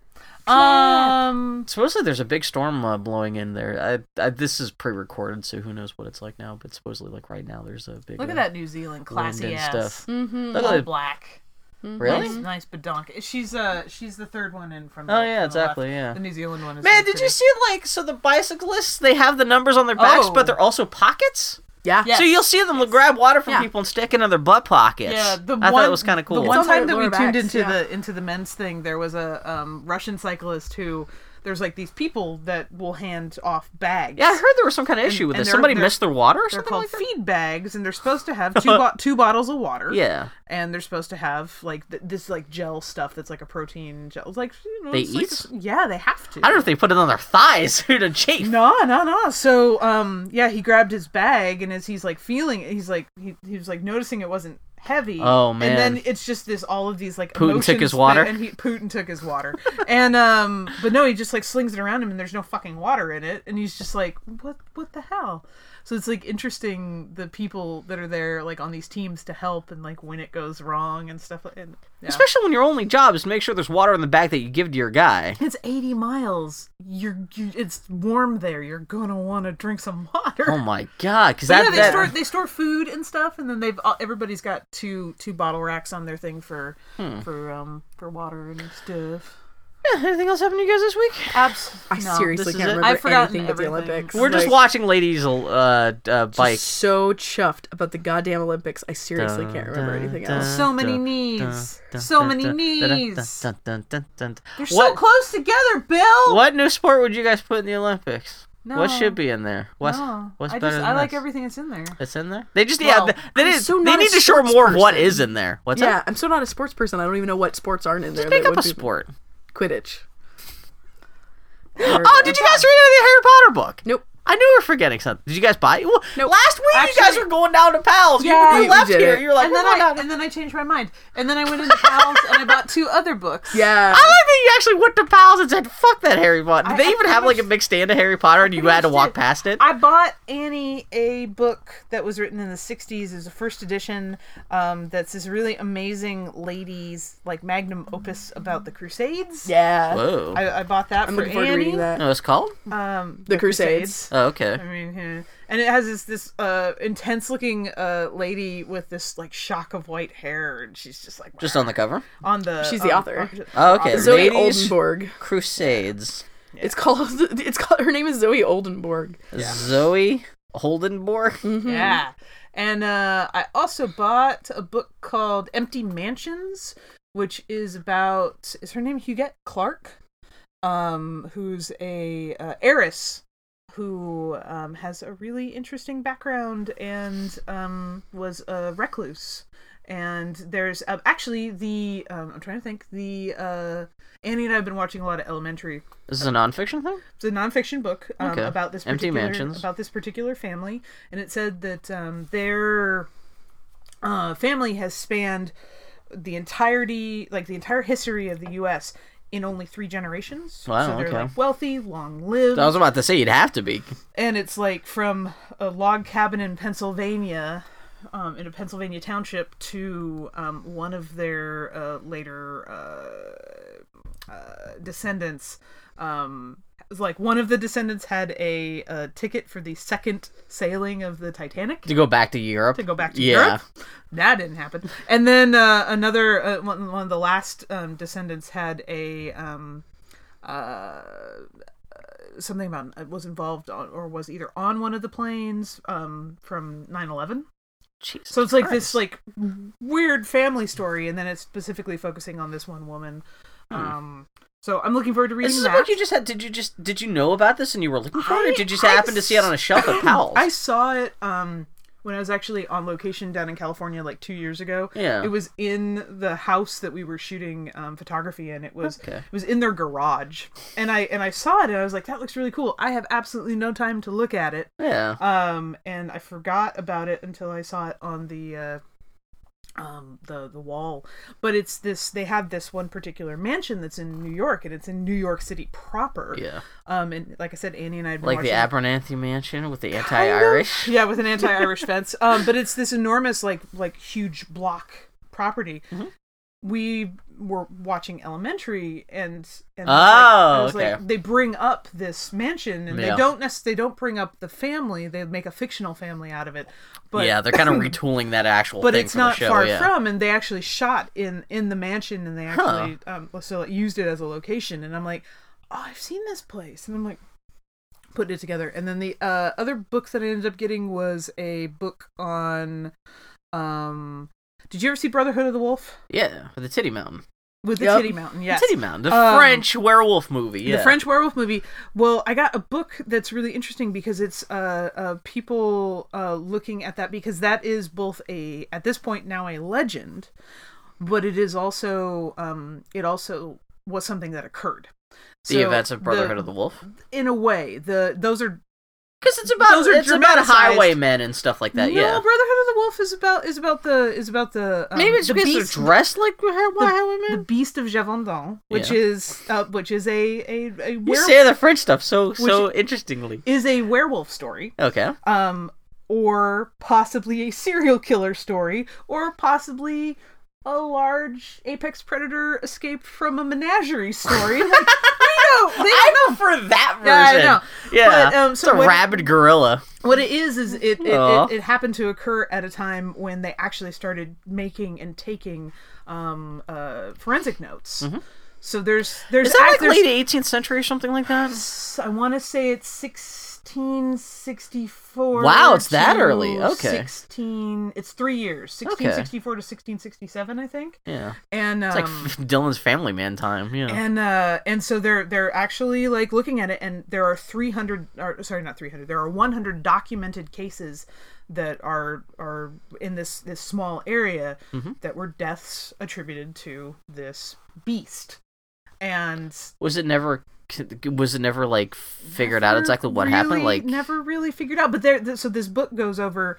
Um, supposedly there's a big storm uh, blowing in there. I, I, this is pre-recorded, so who knows what it's like now? But supposedly, like right now, there's a big. look uh, at that New Zealand classy wind and ass. stuff. Mm-hmm. Look All at black. it. Nice, Really? nice badonk. She's uh, she's the third one in from. Oh, the- yeah, from the exactly, left. yeah. The New Zealand one. Is Man, the did you prettiest. see like so the bicyclists they have the numbers on their backs, Oh. but they're also pockets. Yeah. Yeah. So you'll see them grab water from Yeah. people and stick it in their butt pockets. Yeah, the I one, thought it was kind of cool. The It's one on their time that we lower tuned backs, into yeah. the into the men's thing, there was a um, Russian cyclist who there's like these people that will hand off bags. yeah, I heard there was some kind of issue with and this. they're- Somebody they're- missed their water or they're something called like that. feed bags, and they're supposed to have two bo- two bottles of water. Yeah, and they're supposed to have like th- this like gel stuff that's like a protein gel. It's like you know, They it's like eat? this- yeah, they have to. I don't know if they put it on their thighs or to chafe. No, no, no. So, um, yeah, he grabbed his bag, and as he's like feeling it, he's like he, he was like noticing it wasn't heavy. Oh, And man. then it's just this all of these like Putin took emotions his that- water? and he Putin took his water, and um, but no, he just like slings it around him, and there's no fucking water in it, and he's just like, what, what the hell? So it's like interesting the people that are there like on these teams to help, and like when it goes wrong and stuff. like- And yeah. Especially when your only job is to make sure there's water in the bag that you give to your guy. it's 80 miles. You're, you, it's warm there. You're gonna want to drink some water. Oh my god, because But that, yeah, they that- store they store food and stuff, and then they've all- everybody's got two two bottle racks on their thing for Hmm. for um for water and stuff. Yeah, anything else happened to you guys this week? Absolutely, I seriously this is can't it. remember I've forgotten anything about the everything. Olympics. We're just Like, watching ladies uh, uh bike. just so chuffed about the goddamn Olympics. I seriously Dun, can't remember dun, anything dun. else. So many Dun, knees, Dun, so dun, many dun, dun, dun, knees. dun, dun, dun, dun, dun. They're so What- close together, Bill. What new sport would you guys put in the Olympics? No. What should be in there? What's No, what's I better just I than like this? everything that's in there. that's in there? They just Well, yeah, they, they, I'm didn't- so they not a need to show sports more of what person. is in there. What's Yeah, up? I'm so not a sports person. I don't even know what sports aren't in there. Make that up a would be sport. Quidditch. Oh, did you guys read the Harry Potter book? Nope. I knew we were forgetting something. Did you guys buy? Well, Nope. Last week you guys Actually- were going down to Pals. Yeah, you, we- you we left did here. it. You're like, and then "We're I not down to-" and then I changed my mind, and then I went into Pals and I bought two other books. Yeah. I like that you actually went to Pals and said, "Fuck that Harry Potter." Did I- they I even pretty have like a much- big stand of Harry Potter, and you pretty had to much walk did. past it? I bought Annie a book that was written in the 60s. It was a first edition um, that's this really amazing ladies, like magnum opus about the Crusades. yeah. Whoa. I, I bought that I'm for looking forward Annie. to reading that. Oh, it's called. Um, The Crusades. Oh, okay. I mean, yeah. and it has this this uh, intense looking uh, lady with this like shock of white hair, and she's just like Just on the cover. on the um, She's the on- author. on- Oh, okay. Zoe Ladies Oldenburg. Crusades. It's called. It's called. Her name is Zoe Oldenburg. Zoe Holdenborg. Yeah. And uh, I also bought a book called Empty Mansions, which is about is her name Huguette Clark, um, who's a uh, heiress who um, has a really interesting background and um, was a recluse. And there's uh, actually the um, I'm trying to think the uh, Annie and I have been watching a lot of Elementary This is a nonfiction thing. it's a nonfiction book um, Okay. about this Empty particular Mansions. about this particular family, and it said that um, their uh, family has spanned the entirety, like the entire history of the U.S. in only three generations. Wow, so they're okay. like wealthy, long lived, I was about to say you'd have to be. and it's like from a log cabin in Pennsylvania. Um, in a Pennsylvania township, to um, one of their uh, later uh, descendants um it was like one of the descendants had a, uh ticket for the second sailing of the Titanic To go back to Europe. to go back to yeah. Europe. That didn't happen. And then uh, another uh, one, one of the last um, descendants had a um, uh, something about uh, was involved on or was either on one of the planes um, from 9-11 Jesus so it's like Christ. this like weird family story and then it's specifically focusing on this one woman um, so i'm looking forward to reading Hmm. This is that what you just had. Did you just did you know about this and you were looking for it, or I- did you just I happen to see it on a shelf at Powell's? I saw it um when I was actually on location down in California like two years ago. Yeah. It was in the house that we were shooting um, photography in. It was Okay. it was in their garage. And I and I saw it and I was like, that looks really cool. I have absolutely no time to look at it. yeah. Um and I forgot about it until I saw it on the uh um the the wall but it's this they have this one particular mansion that's in New York and it's in New York City proper Yeah. um and like I said Annie and I had been Like the watching it. Abernathy Mansion with the Kind of. anti-Irish. Yeah, with an anti-Irish fence. Um, but it's this enormous, like, like huge block property. Mhm. We were watching Elementary, and and Oh, like, I was okay. like, they bring up this mansion, and Yeah. they don't necess- they don't bring up the family. They make a fictional family out of it. But yeah, they're kind of retooling that actual but thing it's from the not show. far yeah. from and they actually shot in in the mansion and they actually um so like, used it as a location and i'm like oh i've seen this place and i'm like putting it together and then the uh, other book that i ended up getting was a book on um did you ever see brotherhood of the wolf yeah, with the Titty Mountain. with the Yep. titty mountain yes Titty Mountain, the Um, French werewolf movie. Yeah. the French werewolf movie. Well, I got a book that's really interesting because it's uh, uh people uh looking at that because that is both a at this point now a legend, but it is also um it also was something that occurred. The events of Brotherhood of the Wolf. in a way the those are Because it's about Those are it's about dramatized. highwaymen and stuff like that. no yeah. Brotherhood of the Wolf is about is about the is about the um, Maybe it's the because beast, they're dressed like hi- the highwaymen. beast of Javandon, which Yeah. is uh, which is a a, a you werewolf, say the French stuff so so interestingly. is a werewolf story. Okay. um, or possibly a serial killer story, or possibly a large apex predator escaped from a menagerie story. Like, we know, they don't I know for that version. Yeah, I know. Yeah, But, um, so it's a when- rabid gorilla. what it is is it it, Aw. it it happened to occur at a time when they actually started making and taking um, uh, forensic notes. So there's there's Mm-hmm. Is that like act- there's- late 18th century or something like that? I want to say it's 1664. Wow, it's that to early. Okay. 16. It's three years. Okay. 1664 to 1667, I think. Yeah, And it's um, like Dylan's Family Man time. Yeah, and uh, and so they're they're actually like looking at it, and there are 300. Or, sorry, not 300. There are 100 documented cases that are are in this this small area Mm-hmm. that were deaths attributed to this beast. And was it never? Was it never like figured out never exactly what happened? really- Like, never really figured out. But there, th- so this book goes over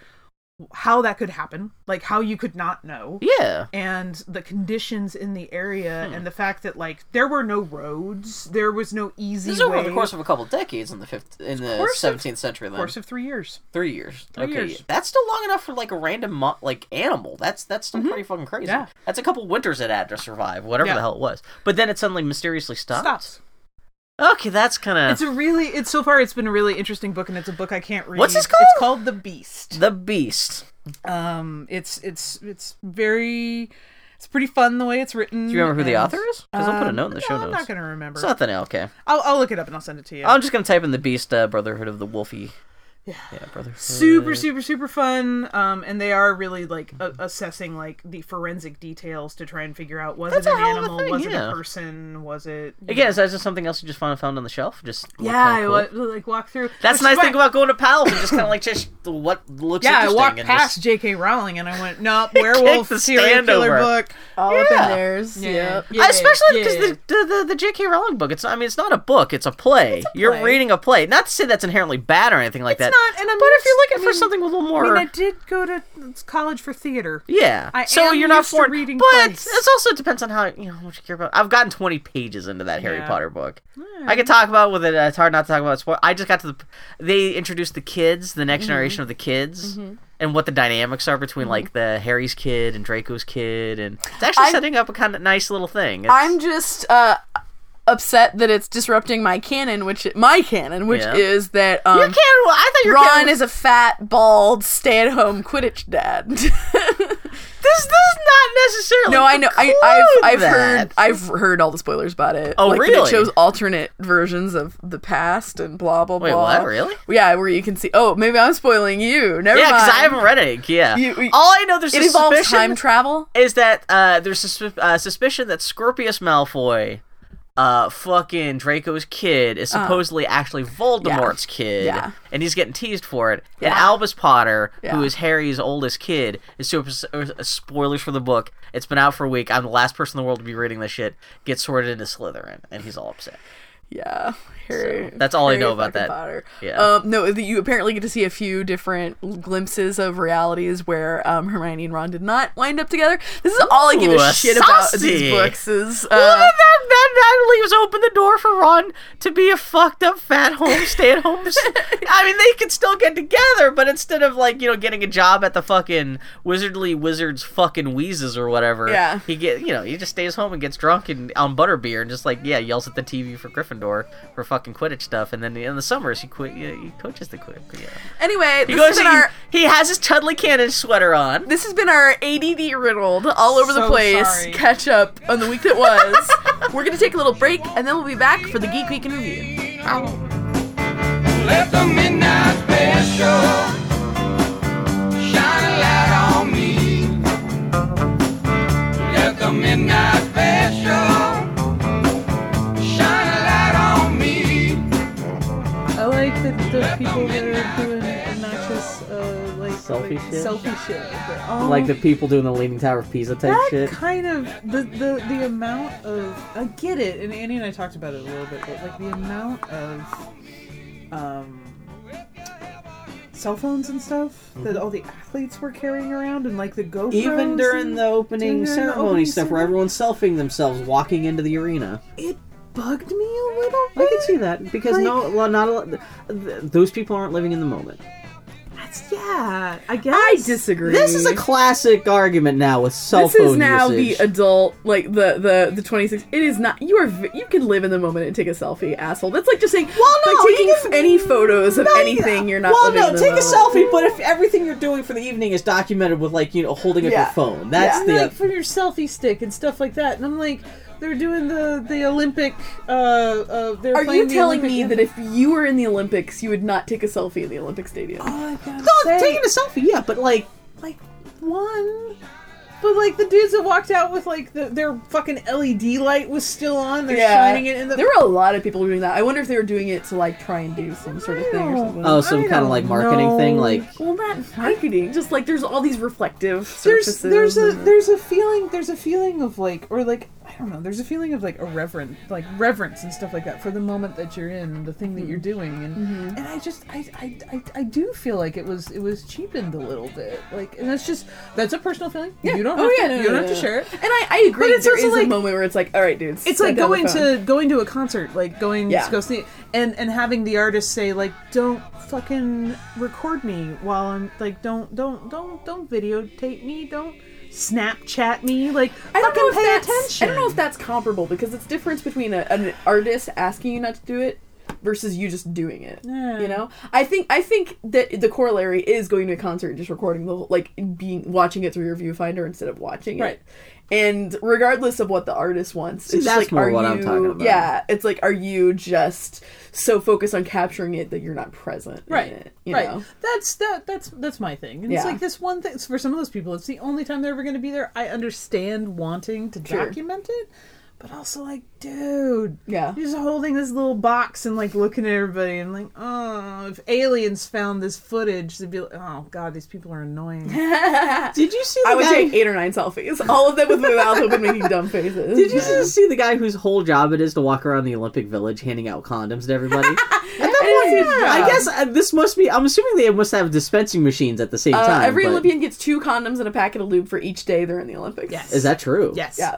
how that could happen, like how you could not know, yeah, and the conditions in the area, Hmm. and the fact that like there were no roads, there was no easy this is way. over the course of a couple decades in the fifth, in the course of- seventeenth century. Then course of three years. three years. Three okay, years. that's still long enough for like a random mo- like animal. That's that's still pretty fucking crazy. Mm-hmm. Yeah. that's a couple winters it had to survive, whatever Yeah. the hell it was. But then it suddenly mysteriously stopped. Stops. Okay, that's kind of It's a really. It's so far. It's been a really interesting book, and it's a book I can't read. What's this It's called? called The Beast. the beast. Um, it's it's it's very. It's pretty fun the way it's written. Do you remember who the and- author is? Because I'll put a Um, note in the show no, I'm notes. not gonna remember. It's nothing. Okay. I'll, I'll look it up and I'll send it to you. I'm just gonna type in the Beast uh, Brotherhood of the Wolfie. Yeah. Yeah, Brotherhood. Uh. super super super fun um and they are really like a- assessing like the forensic details to try and figure out was That's it a an hell of a animal thing, was yeah. it a person was it Again, is that just something else you just found found on the shelf? Just looked yeah kinda I cool? wa- like walk through That's Which the nice is thing why- about going to Powell's and just kind of like just what looks yeah I interesting. walked and past Just... J.K. Rowling and I went nope werewolf the serial stand killer over. book All up Yeah. in theirs. Yeah. Yep. Yeah, Especially because yeah. the, the, the the J.K. Rowling book. It's not, I mean, it's not a book. It's a play. You're play. reading a play. Not to say that's inherently bad or anything like it's that. not and I'm but if you're looking I for mean- something with a little I more, mean I did go to college for theater yeah. I so am you're not used to foreign. reading but plays. it's also depends on how you know what you care about. I've gotten 20 pages into that Harry Yeah. Potter book. I could talk about it with it. uh, It's hard not to talk about sport. I just got to the. They introduced the kids, the next Mm-hmm. generation of the kids, and what the dynamics are between like the Harry's kid and Draco's kid, and it's actually I'm- setting up a kind of nice little thing. It's, I'm just uh, upset that it's disrupting my canon, which my canon, which Yeah. is that your um, kid. Well, I thought your Ron kid is a fat, bald, stay-at-home Quidditch dad. This does not necessarily. No, I know. I, I've I've preclude heard that. I've heard all the spoilers about it. Oh, like, that really? It shows alternate versions of the past and blah blah Wait, blah. what? Really? Yeah, where you can see. Oh, maybe I'm spoiling you. Never Yeah, mind. because I haven't read it. Yeah. um, You- you- All I know there's It a involves suspicion time travel. is that uh, there's susp- uh, suspicion that Scorpius Malfoy, uh, fucking Draco's kid, is supposedly actually Voldemort's kid, Yeah. and he's getting teased for it. And Albus Potter, who Yeah. is Harry's oldest kid, is super uh, spoilers for the book. It's been out for a week. I'm the last person in the world to be reading this shit. Gets sorted into Slytherin, and he's all upset. Yeah. Harry, that's all I know about fucking that. Potter. Yeah. Um, no, the- you apparently get to see a few different glimpses of realities where um, Hermione and Ron did not wind up together. This is all I give Ooh, a shit about in saucy. these books. Is, uh, Well, then that, that, that leaves open the door for Ron to be a fucked up, fat home, stay at home. I mean, they could still get together, but instead of like you know getting a job at the fucking wizardly wizards fucking wheezes or whatever, Yeah. he get you know he just stays home and gets drunk and on butterbeer and just like yeah yells at the TV for Gryffindor for fucking Quidditch stuff, and then in the summers he quit he coaches the Quidditch. You know. anyway, He this has goes been and our. he, he has his Chudley Cannon sweater on. This has been our ADD riddled all over the So place sorry. catch up on the week that was. We're going to take a little break and then we'll be back for the Geek Week in Review. Let the midnight special shine a light on me. Let the midnight special shine a light on me. I like that the people that are doing obnoxious, uh, like Selfie like, shit? selfie shit. oh They're all- people doing the Leaning Tower of Pisa type that kind of the, the the amount of I get it, and Annie and I talked about it a little bit, but like the amount of um cell phones and stuff that all the athletes were carrying around, and like the GoPros. Mm-hmm. even during and- the opening during the ceremony opening stuff where ceremony. everyone's selfieing themselves walking into the arena it bugged me a little i bit. can see that because no well, not a lot, th- th- those people aren't living in the moment That's, yeah, I guess disagree. this is a classic argument now with cell This is phone now usage. the adult, like the the the 26. It is not. You are. v- You can live in the moment and take a selfie, asshole. That's like just saying. Well, no, by taking you f- can- any photos of No, anything, you're not. Well, living no, in the take moment. a selfie, but if everything you're doing for the evening is documented with, like, you know, holding Yeah. up your phone, that's and, the. like for your selfie stick and stuff like that. And I'm like, they're doing the the Olympic. Uh, uh, they're Are playing you the telling Olympic me anthem. that if you were in the Olympics, you would not take a selfie in the Olympic stadium? Oh, I gotta no, say, taking a selfie, yeah, but like, like one. But like the dudes that walked out with like the, their fucking LED light was still on. They're shining it in the. There were a lot of people doing that. I wonder if they were doing it to like try and do some sort of thing or something. oh, some I kind of like don't marketing thing, know. like, Well, not marketing. Just like there's all these reflective there's surfaces. there's a and- there's a feeling there's a feeling of like or like I don't know there's a feeling of like a reverent like reverence and stuff like that for the moment that you're in the thing that you're Mm-hmm. doing and and I just I, I, I I do feel like it was it was cheapened a little bit like and that's just that's a personal feeling you don't have to, Oh, no, no, you don't no, have to no. share it And I, I agree. But it's there also is like- a moment where it's like, all right, dude. it's set like down the going phone. to going to a concert like going Yeah. to go see and and having the artist say like don't fucking record me while i'm like don't don't don't don't videotape me don't snapchat me like I don't fucking know if pay that's, attention I don't know if that's comparable because it's difference between a, an artist asking you not to do it versus you just doing it. Yeah. You know, I think I think that the corollary is going to a concert and just recording the whole, like being watching it through your viewfinder instead of watching Right. it. And regardless of what the artist wants, it's just that's like more are what you? I'm talking about. Yeah, it's like are you just so focused on capturing it that you're not present? in right it, you right know? that's that that's that's my thing and it's Yeah. like this one thing for some of those people it's the only time they're ever going to be there i understand wanting to Sure. document it but also like dude Yeah. you're just holding this little box and like looking at everybody and like oh if aliens found this footage they'd be like oh god these people are annoying did you see the I would guy- take eight or nine selfies, all of them with my mouth open, making dumb faces. Did you just see the guy whose whole job it is to walk around the Olympic Village handing out condoms to everybody? At that It is point, his job. I guess uh, this must be. I'm assuming they must have dispensing machines at the same Uh, time. every but Olympian gets two condoms and a packet of lube for each day they're in the Olympics. Yes. Is that true? yes Yeah.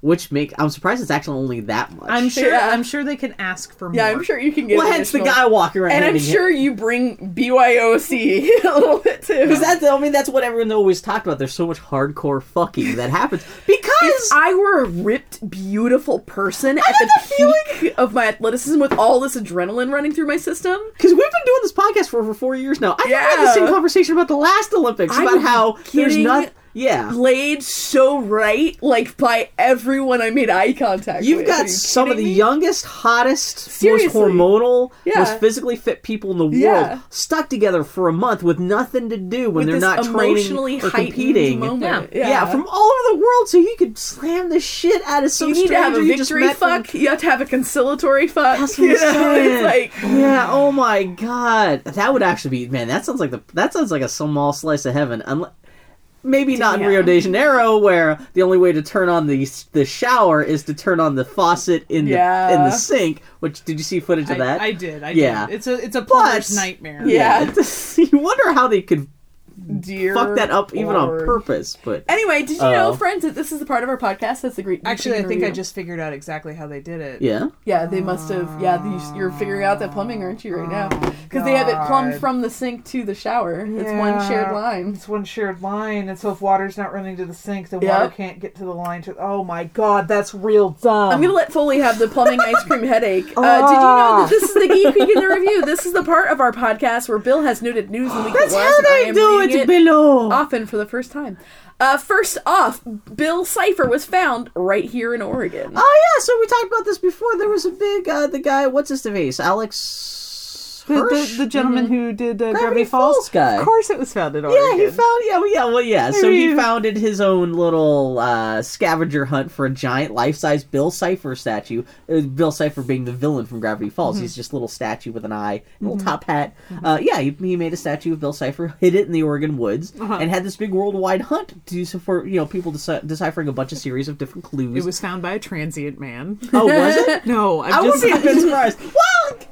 Which make I'm surprised it's actually only that much. i'm sure Yeah. i'm sure they can ask for Yeah, more I'm sure you can get. Well, hence the additional- guy walking around. And I'm handing sure you bring BYOC a little bit too. Because that's, I mean, that's what everyone always talked about. There's so much hardcore fucking that happens because I were a ripped, beautiful person at the peak of my athleticism with all this adrenaline running through my system. because we've been doing this podcast for over four years now. I think we had the Yeah. same conversation about the last Olympics I'm about how there's getting not Yeah. played so right, like by everyone I made eye contact You've with. Are got you some of the kidding me? youngest, hottest, most Seriously. hormonal, Yeah. most physically fit people in the world Yeah. stuck together for a month with nothing to do when With they're this not training emotionally or heightened competing. moment. Yeah. from all over the world, so you could slam the shit out of some you need to stranger have a you just victory met from- fuck. You have to have a conciliatory fuck. That's what I'm You know, saying. it's like yeah. Oh my god, that would actually be man. That sounds like the that sounds like a small slice of heaven. Unless, maybe not in Rio de Janeiro, where the only way to turn on the the shower is to turn on the faucet in the in Yeah. the sink. Which did you see footage of that? I, I did. I Yeah. did. It's a it's a plumber's But- nightmare. Yeah. you wonder how they could dear. fuck that up even on Lord. purpose, but. Anyway, did you Oh. know, friends, that this is the part of our podcast that's the great. Actually, I Michigan think I Review? just figured out exactly how they did it. Yeah. Yeah, they must have. Yeah, the, you're figuring out that plumbing, aren't you, right now? Oh, Because they have it plumbed God. from the sink to the shower. It's one Yeah. shared line. It's one shared line, and so if water's not running to the sink, the Yeah. water can't get to the line. To oh my god, that's real dumb. I'm gonna let Foley have the plumbing ice cream headache. Uh, did you know that this is Ah. the Geek Week in the Review? This is the part of our podcast where Bill has noted news in the week That's that how was, and I they am do reading it below. often for the first time. Uh, first off, Bill Cipher was found right here in Oregon. Oh yeah, so we talked about this before. There was a big uh, the guy. What's his face? Alex. the, Hirsch? the, the gentleman who did uh, Gravity, Gravity Falls, Falls guy. Of course, it was founded on. Yeah, he found. Yeah, well, yeah, well, yeah. So he Maybe- founded his own little uh, scavenger hunt for a giant life-size Bill Cipher statue. It was Bill Cipher being the villain from Gravity Falls. Mm-hmm. He's just a little statue with an eye, a little top hat. Uh, yeah, he, he made a statue of Bill Cipher, hid it in the Oregon woods, Uh-huh. and had this big worldwide hunt to so for you know people deci- deciphering a bunch of series of different clues. It was found by a transient man. oh, was it? No, I'm I just. wouldn't have been surprised. Well,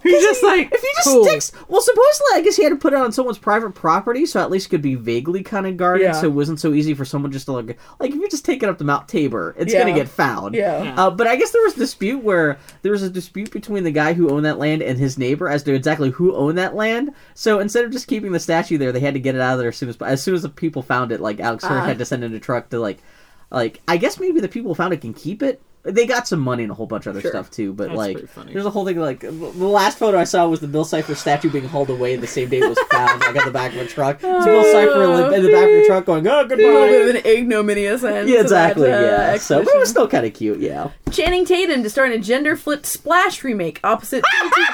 He's just like if he just cool. sticks, well, supposedly I guess he had to put it on someone's private property, so at least it could be vaguely kind of guarded, Yeah. so it wasn't so easy for someone just to like, like if you're just taking up to Mount Tabor, it's Yeah. gonna get found. Yeah. Uh, but I guess there was dispute where there was a dispute between the guy who owned that land and his neighbor as to exactly who owned that land. So instead of just keeping the statue there, they had to get it out of there as soon as as soon as the people found it. Like Alex Ah. Hirsch had to send in a truck to like, like I guess maybe the people who found it can keep it. They got some money and a whole bunch of other stuff too, but like, pretty funny. there's a whole thing like the last photo I saw was the Bill Cipher statue being hauled away the same day it was found, like on the back of a truck. It's Bill Cipher in the, in the back of a truck going, a "Oh, little goodbye." bit of an ignominious end. Yeah, to that, exactly. uh, Yeah. So, but it exhibition. was still kind of cute. Yeah. Channing Tatum to star in a gender flipped splash remake opposite. 22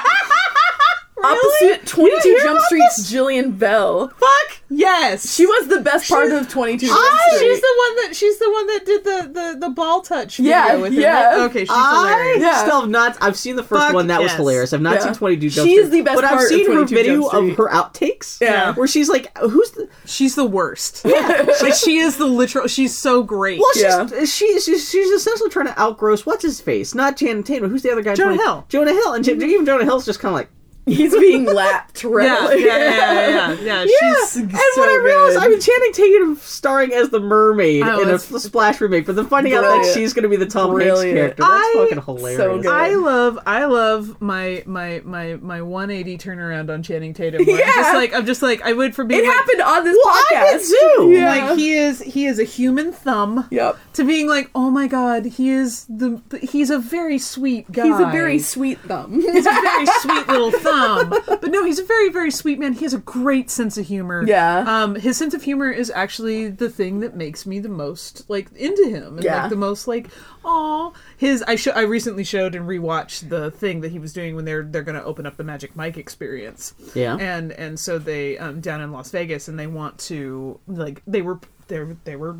Opposite 22 Jump Street's Jillian Bell. fuck yes. She was the best part of 22 Jump Ah, Street. she's the one that she's the one that did the the, the ball touch video Yeah, with him. yeah. right? Okay, she's I hilarious. Yeah. still have not. I've seen the first Fuck one. That was yes. hilarious. I've not Yeah. seen 22 Jump She's Street, the best But I've part of seen her 22 Jump video of Street. her outtakes. Yeah. Where she's like, who's the. She's the worst. Yeah. like she is the literal she's so great. Well, she's, Yeah. she, she's, she's essentially trying to outgross what's his face? Not Channing Tatum. Who's the other guy? in Jonah 20 Hill. Jonah Hill. And Mm-hmm. Jim- even Jonah Hill's just kind of like. He's being lapped yeah, yeah, readily. yeah, yeah, yeah, yeah. She's and so when I realized, good. I mean, Channing Tatum starring as the mermaid Oh, in a that's- f- splash remake, but then finding out that Brilliant. she's going to be the Tom Hanks Brilliant. character. That's I- fucking hilarious. good. I love I love my my my my 180 turnaround on Channing Tatum. Where I'm just Yeah. like I'm just like I would for being It like, happened on this Well, I did podcast. too. Yeah. like he is he is a human thumb Yep. to being like oh my god he is the he's a very sweet guy. He's a very sweet thumb. very sweet little thumb. But no, he's a very, very sweet man. He has a great sense of humor. Yeah. Um, his sense of humor is actually the thing that makes me the most like into him. And Yeah. like the most like, oh his I show I recently showed and rewatched the thing that he was doing when they're they're gonna open up the Magic Mike experience. Yeah. And and so they um down in Las Vegas and they want to like they were they were- they were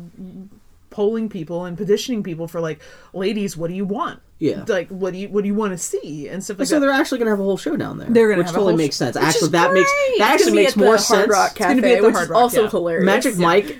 polling people and petitioning people for like ladies what do you want Yeah. like what do you what do you want to see and stuff like So that they're actually gonna have a whole show down there. They're gonna which have a totally whole makes sh- sense. which is Actually, that makes great. that It's actually gonna be makes at the more Hard sense. Rock Cafe, gonna be at the which Hard is Rock, also yeah. hilarious. Magic Mike, i-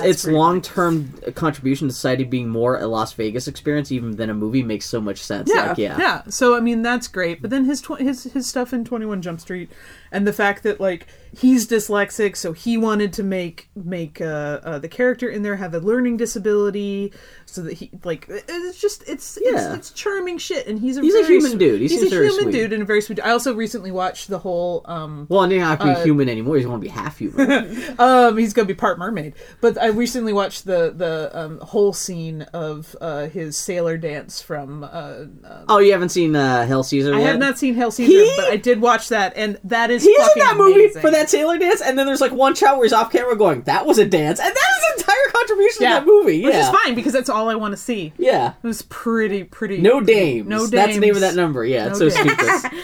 it's its pretty long term contribution to society being more a Las Vegas experience even than a movie makes so much sense. yeah, like, yeah, yeah, So I mean, that's great. But then his tw- his his stuff in Twenty One Jump Street, and the fact that like he's dyslexic, so he wanted to make make uh, uh, the character in there have a learning disability, so that he like it- it's just it's Yeah. it's, it's charming shit. And he's a He's a very human swe- dude. He he's seems a very human sweet. dude and a very sweet. I also recently watched the whole um Well, he not have to be human anymore. He's gonna be half human. um he's gonna be part mermaid. But I recently watched the the um, whole scene of uh, his sailor dance from uh, oh, you haven't seen uh, Hell Caesar? I yet? have not seen Hail Caesar, He- but I did watch that, and that is He's in fucking that movie amazing. for that sailor dance, and then there's like one shot where he's off camera going, "That was a dance," and that is his entire contribution Yeah. to that movie. Which Yeah. is fine because that's all I want to see. Yeah. It was pretty, pretty. No dames. No That's the name of dames. that number. Yeah, it's No so dames. stupid.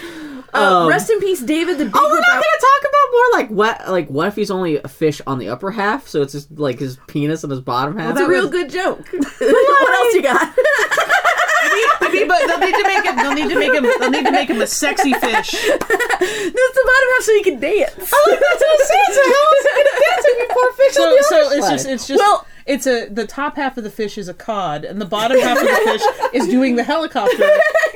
Uh, Um, rest in peace, David. The big Oh, we're not Lebowski- gonna talk about more like what like what if he's only a fish on the upper half, so it's just like his penis and his bottom half. It's a real good joke. what else you got? I mean, but they'll need to make him. They'll need to make him. They'll need to make him a sexy fish. That's the bottom half so you can dance. That's what it says. How is it gonna dance if you pour fish on So, the so other it's side? just, it's just. Well- it's a the top half of the fish is a cod, and the bottom half of the fish is doing the helicopter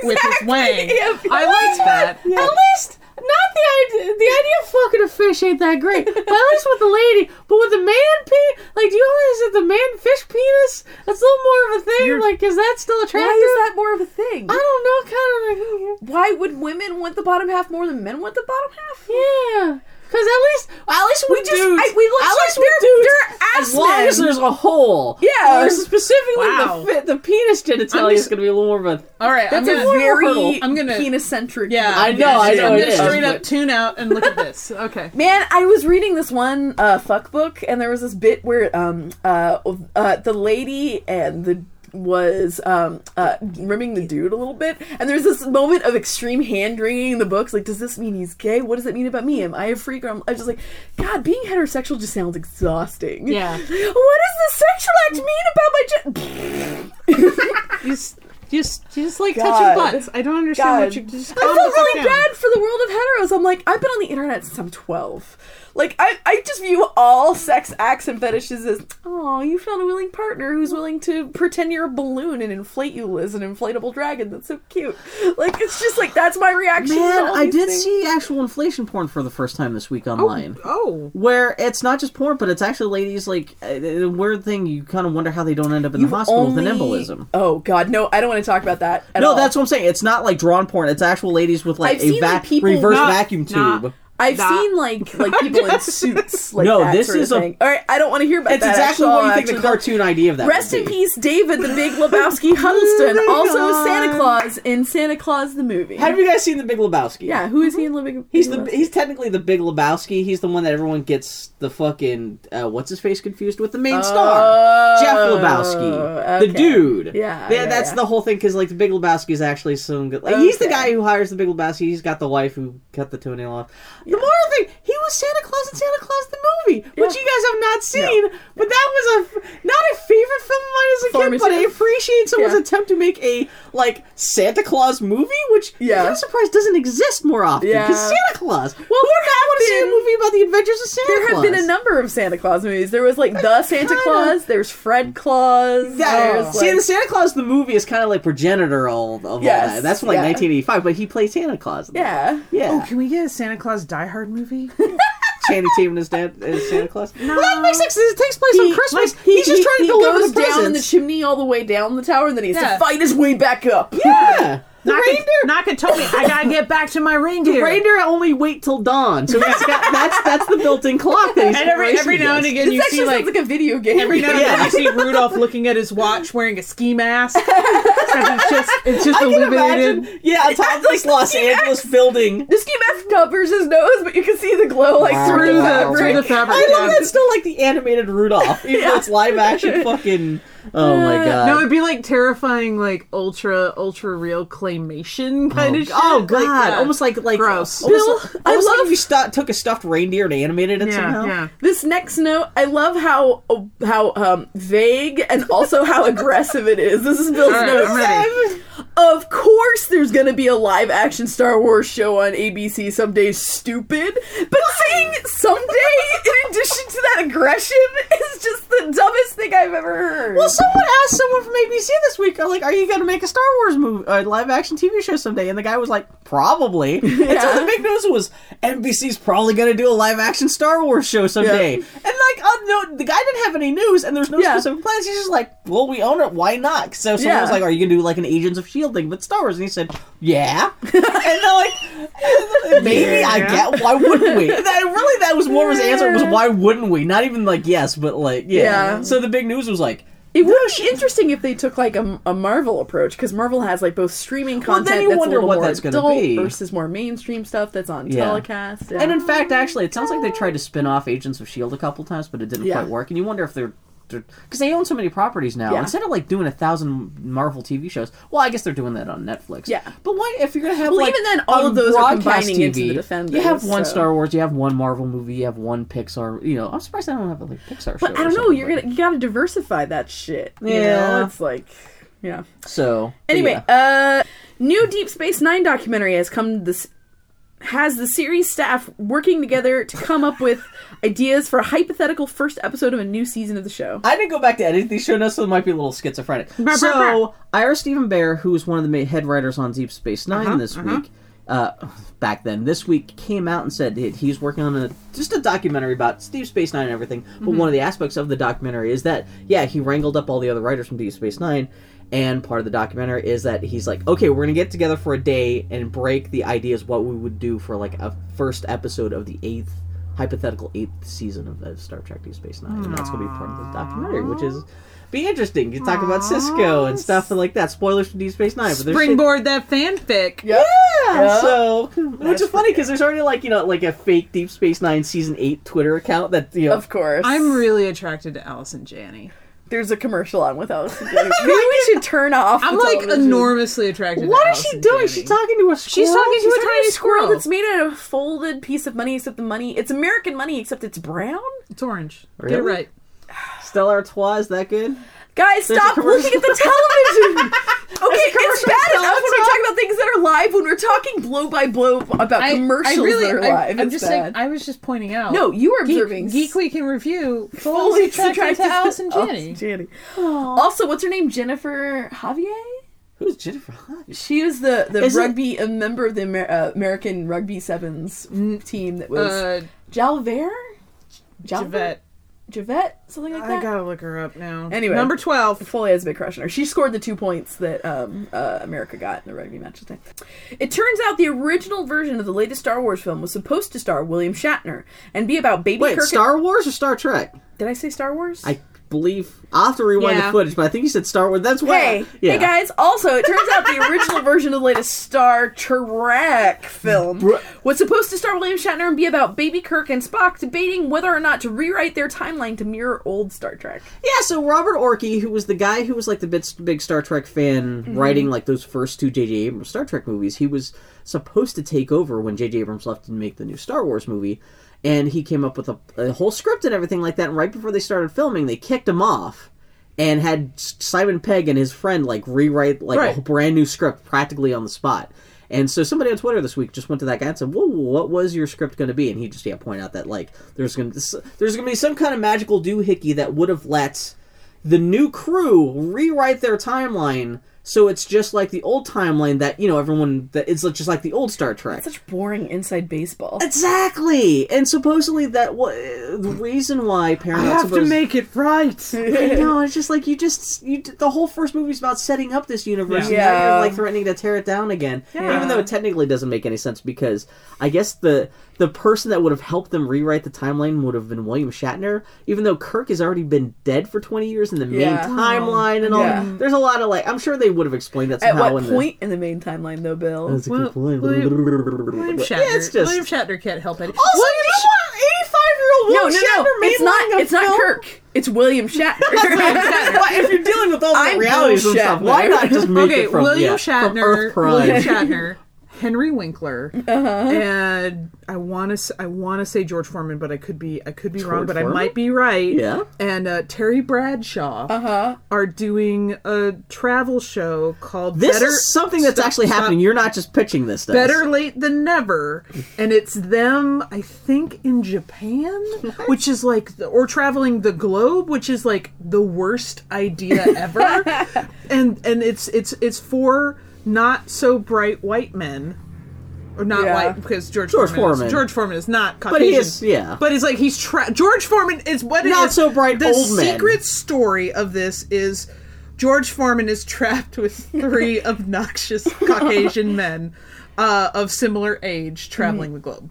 with its wang. Yep. I liked that. At least not the idea. The idea of fucking a fish ain't that great. But at least with the lady, but with the man penis, like, do you realize that the man fish penis? That's a little more of a thing. like, is that still attractive? Why is that more of a thing? I don't know. Kind of. Why would women want the bottom half more than men want the bottom half? Yeah. Cause at least, at least we just- dudes, I- we look at like least they're- we dudes, they're ass as long as men. there's a hole. Yeah. Or specifically Wow. the fit, the penis genitalia is gonna be a little more of a. All right, I'm That's gonna, a very hurdle. I'm gonna- penis-centric. yeah. I I'm know, gonna- I know I'm it gonna is, straight up but- tune out and look at this. Okay. Man, I was reading this one uh, fuck book, and there was this bit where um uh, uh the lady and the was um uh rimming the dude a little bit, and there's this moment of extreme hand wringing in the books. Like, does this mean he's gay? What does it mean about me? Am I a freak? Or I'm, I'm just like, God, being heterosexual just sounds exhausting. Yeah. What does the sexual act mean about my? Gen- Just, just, just like God. touching butts. I don't understand God. what you just. I felt really bad for the world of heteros. I'm like, I've been on the internet since I'm 12. Like, I, I just view all sex acts and fetishes as, oh, you found a willing partner who's willing to pretend you're a balloon and inflate you as an inflatable dragon. That's so cute. Like, it's just like, that's my reaction. to Man, all I these did things. see actual inflation porn for the first time this week online. Oh, where it's not just porn, but it's actually ladies like uh, the weird thing. You kind of wonder how they don't end up in You've the hospital with an only- embolism. Oh, God. No, I don't want to talk about that. At No, all. that's what I'm saying. It's not like drawn porn. It's actual ladies with like I've a seen, va- like, people- reverse Nah, vacuum nah. tube. I've Nah. seen, like, like people in suits. Like, No, that this sort of is a- thing. All right, I don't want to hear about It's that. exactly Actually, what you I'll think the actually- cartoon idea of that. Rest would in be. peace, David the Big Oh Lebowski Huddleston, also Santa Claus in Santa Claus the movie. Have you guys seen the Big Lebowski? yeah, who is he in Living? He's the he's technically the Big Lebowski. He's the one that everyone gets the fucking uh, what's his face confused with the main Uh, star. Jeff Lebowski, the Oh, okay. dude. Yeah, Th- yeah, that's yeah. the whole thing because like the Big Lebowski is actually some good. Like, He's the Okay. guy who hires the Big Lebowski. He's got the wife who cut the toenail off. The moral thing, he was Santa Claus in Santa Claus the movie, which you guys have not seen. But that was a f- not a favorite film of mine as a kid, but I Formative. appreciate someone's Yeah. attempt to make a like Santa Claus movie, which Yeah. I'm surprised doesn't exist more often. Because Yeah. Santa Claus. there Well, want to see a been- movie about the adventures of Santa There have Claus. been a number of Santa Claus movies. There was like the Santa kinda- Claus. There's Fred Claus. That, there's, Santa, like- Santa Claus the movie is kind of like progenitor of, of all Yes, that. That's from like yeah. 1985, but he plays Santa Claus. in that. yeah. oh, yeah. can we get a Santa Claus Die Hard movie? Channing Tatum and his dad is Santa Claus. Well, that makes sense. 'cause It takes place on He- Christmas. like, he- He's just he- trying to he deliver goes the down in the presents. chimney all the way down the tower, and then he has Yeah. to fight his way back up. yeah, the Nakatomi, reindeer. Nakatomi, I gotta get back to my reindeer. Reindeer only wait till dawn, so he's got that's that's the built-in clock. That he's And every every now and racing again, This you actually see sounds like, like a video game. every now and again you see Rudolph looking at his watch, wearing a ski mask. it's just it's just against. I can illuminated. imagine, yeah, on top of this Los Angeles building. the ski mask covers his nose, but you can see the glow like Wow. through Through the the, through fabric. the fabric. I love yeah. that's still like the animated Rudolph, even though it's live action fucking. Oh my god! No, it'd be like terrifying, like ultra, ultra real claymation kind Oh, of. Shit. oh, Like, god! yeah. Almost like like Gross. Almost, Bill, I I almost like love- if you stu- took a stuffed reindeer and animated it somehow. yeah, yeah. This next note, I love how how um, vague and also how aggressive it is. This is Bill's All right, note. I'm ready. Of course, there's gonna be a live action Star Wars show on ABC someday. Stupid, but saying someday in addition to that aggression is just the dumbest thing I've ever heard. Well, someone asked someone from ABC this week, like, "Are you going to make a Star Wars movie, a live action TV show someday?" And the guy was like, "Probably." And so the big news was NBC's probably going to do a live action Star Wars show someday. And like, uh, no, the guy didn't have any news, and there's no Yeah. specific plans. He's just like, "Well, we own it. Why not?" So someone Yeah. was like, "Are you going to do like an Agents of Shield E thing, but Star Wars?" And he said, "Yeah." and they're like, "Maybe I Yeah. get. Why wouldn't we?" And that, really, that was Warren's answer was, "Why wouldn't we?" Not even like yes, but like yeah. Yeah. So the big news was like. it would be interesting if they took like a, a Marvel approach because Marvel has like both streaming Well, then content you that's wonder a little what more that's gonna adult be. versus more mainstream stuff that's on Yeah. telecast. Yeah. And in fact, actually, it sounds like they tried to spin off Agents of S.H.I.E.L.D. E a couple times, but it didn't Yeah. quite work. And you wonder if they're because they own so many properties now. Yeah. Instead of like doing a thousand Marvel TV shows, well, I guess they're doing that on Netflix. Yeah. but why if you're gonna have Well, like even then, all on of those are broadcast combining into TV, the Defenders, You have one so- Star Wars, you have one Marvel movie, you have one Pixar. You know, I'm surprised I don't have a like Pixar. show But I or don't know. something You're like gonna you gotta diversify that shit. You Yeah. know? it's like yeah. that. so Anyway, yeah. uh, new Deep Space Nine documentary has come this has the series staff working together to come up with ideas for a hypothetical first episode of a new season of the show. I didn't go back to edit these show notes, so it might be a little schizophrenic. so, Ira Stephen Bear, who was one of the ma- head writers on Deep Space 9 this week, uh, back then, this week came out and said that he's working on a just a documentary about Deep Space Nine and everything. But one of the aspects of the documentary is that yeah, he wrangled up all the other writers from Deep Space Nine. And part of the documentary is that he's like, okay, we're gonna get together for a day and break the ideas what we would do for like a first episode of the eighth hypothetical eighth season of, of Star Trek Deep Space Nine, and that's gonna be part of the documentary, which is be interesting. You talk about Cisco and stuff like that. Spoilers for Deep Space Nine. But there's shit- Springboard that fanfic. Yeah. So, which is funny because there's already like you know like a fake Deep Space Nine season eight Twitter account that you know. Of course, I'm really attracted to Allison Janney. there's a commercial on with Alice. and Jenny. Maybe we should turn off. I'm the like television. enormally attracted. what to is she Allison doing? Janney. She's talking to a squirrel. She's talking to It's a a tiny tiny squirrel squirrel. that's made out of a folded piece of money, except the money. It's American money, except it's brown. It's orange. Really? Get it right. Stella Artois. Is that good? Guys, There's a stop looking at the television. okay, it's commercial bad still enough on when we're talking about things that are live. When we're talking blow by blow about commercials that are I, live, am it's just bad. saying. I was just pointing out. no, you are Geek, observing. Geek Week in review fully attracted to Allison Janney. Janney. Also, what's her name? Jennifer Javier. Who's Jennifer? Hodge? She was the the Is it- rugby, a member of the Amer- uh, American Rugby Sevens team that was Uh, Jalver. Javette. Javette, something like that. gotta look her up now. Anyway. number twelve. Foley has a big crush on her. She scored the two points that um, uh, America got in the rugby match today. It turns out the original version of the latest Star Wars film was supposed to star William Shatner and be about baby Wait, Kirk. Star Wars or Star Trek? Did I say Star Wars? I believe I'll have to rewind the Yeah. footage, but I think you said Star Wars. That's why. Hey, yeah. hey guys! Also, it turns out the original version of the latest Star Trek film Bruh. was supposed to star William Shatner and be about baby Kirk and Spock debating whether or not to rewrite their timeline to mirror old Star Trek. Yeah, so Robert Orkey, who was the guy who was like the big, big Star Trek fan, writing like those first two J.J. Abrams Star Trek movies, he was supposed to take over when J.J. Abrams left and make the new Star Wars movie, and he came up with a, a whole script and everything like that. And right before they started filming, they kicked him off and had S- Simon Pegg and his friend like rewrite like a Right. brand new script practically on the spot. And so somebody on Twitter this week just went to that guy and said, "Whoa, what was your script going to be?" And he just yeah pointed out that like there's going to there's going to be some kind of magical doohickey that would have let the new crew rewrite their timeline so it's just like the old timeline that you know everyone that it's just like the old Star Trek. Such boring inside baseball. Exactly, and supposedly that wa- the reason why Paramount suppos- it right. I know. It's just like you just you. d- The whole first movie's about setting up this Yeah. universe, and now Yeah. you're like threatening to tear it down again. Yeah. Even though it technically doesn't make any sense because I guess the the person that would have helped them rewrite the timeline would have been William Shatner. Even though Kirk has already been dead for twenty years in the main Yeah. timeline and all, Yeah. that. there's a lot of like. I'm sure they would have explained that At somehow. what in point in the main timeline, though, Bill? The, that's a good point. Well, William Yeah, Shatner. it's just. William Shatner can't help it. also, you know what? 85 year no, old no, William no! Shatner made It's not. like a It's not film. Kirk. It's William Shatner. Why- if you're dealing with all the I'm realities Bill and stuff, Shatner. why not just make okay, it from William yeah, Shatner, from Earth Uh-huh. Prime? William Shatner, Henry Winkler, and I want to I want to say George Foreman, but I could be I could be wrong, but Foreman? I might be right. Yeah. Uh-huh. and uh, Terry Bradshaw are doing a travel show called This Better, is something that's actually happening. You're not just pitching this. to us. Better late than never, and it's them. I think in Japan, which is like, the, or traveling the globe, which is like the worst idea ever. and and it's it's it's for not so bright white men, or not Yeah. white because George George Foreman is- Foreman. George Foreman is not he Caucasian. is- yeah. But it's like he's tra- George Foreman is what it Not is. so bright The old men. secret story of this is. George Foreman is trapped with three obnoxious Caucasian men uh, of similar age Mm-hmm. traveling the globe.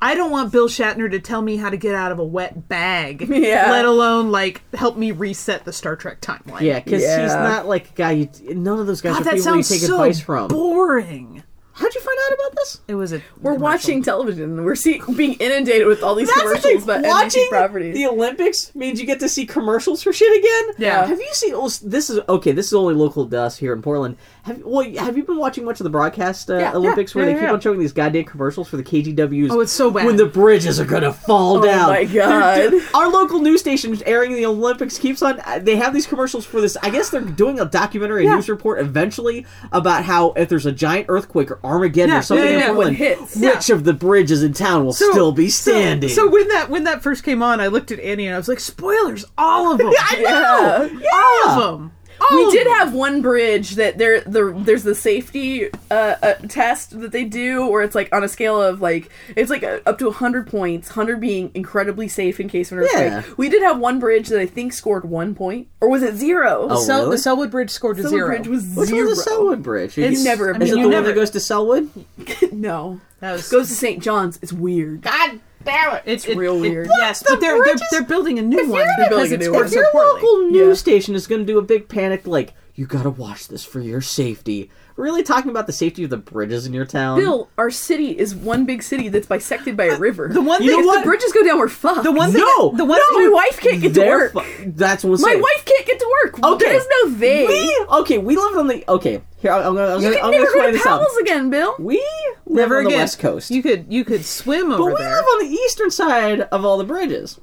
I don't want Bill Shatner to tell me how to get out of a wet bag, Yeah. let alone like help me reset the Star Trek timeline. Yeah, because Yeah. he's not like a guy. You, none of those guys God, are that people you sounds take so advice from. boring. How'd you find out about this? It was a. We're watching television. We're see- being inundated with all these commercials about Watching NBC properties. the Olympics means you get to see commercials for shit again. Yeah. Have you seen? oh, This is okay. This is only local to us here in Portland. Have well, have you been watching much of the broadcast uh, Yeah, yeah, Olympics where yeah, they yeah, keep yeah. on showing these goddamn commercials for the KGWs? Oh, it's so bad. Oh When the bridges are gonna fall down. my They're God. do- Our local news station airing the Olympics keeps on. uh, They have these commercials for this. I guess they're doing a documentary and news report eventually about how if there's a giant earthquake or Armageddon Yeah, or something yeah, in yeah, Portland, when it hits. which of the bridges in town will So- still be so- standing? So, when that when that first came on, I looked at Annie and I was like, "Spoilers, all of them, I know. Yeah. all of them." All we of did them. have one bridge that there the there's the safety uh, uh test that they do where it's like on a scale of like it's like uh, up to 100 points 100 being incredibly safe in case of an earthquake Yeah. we did have one bridge that i think scored one point or was it zero Oh, Sel- really? the Selwood Bridge scored to Some zero. bridge was Which zero one's the Selwood Bridge? It's Is- never- I Is it mean, the you one never- that goes to Selwood? no That was- goes to st john's it's weird God damn it! it's real weird. yes, but they're, they're they're building a new one building because a it new scored one. If so so your poorly. local news Yeah. station is going to do a big panic, like you got to watch this for your safety. Really talking about the safety of the bridges in your town. bill our city is one big city that's bisected by a river The one you thing- know the what? the bridges go down we're fucked The one thing, No, the one no, thing, my wife can't get to They're work fu- that's what I'm my saying. wife can't get to work Okay. there's no they We okay. We lived on the okay. Here I'm gonna. I'm you can gonna, I'm gonna never go explain to this out. Powell's again bill We live never on the again. west coast. You could you could swim But over we there. live on the eastern side of all the bridges.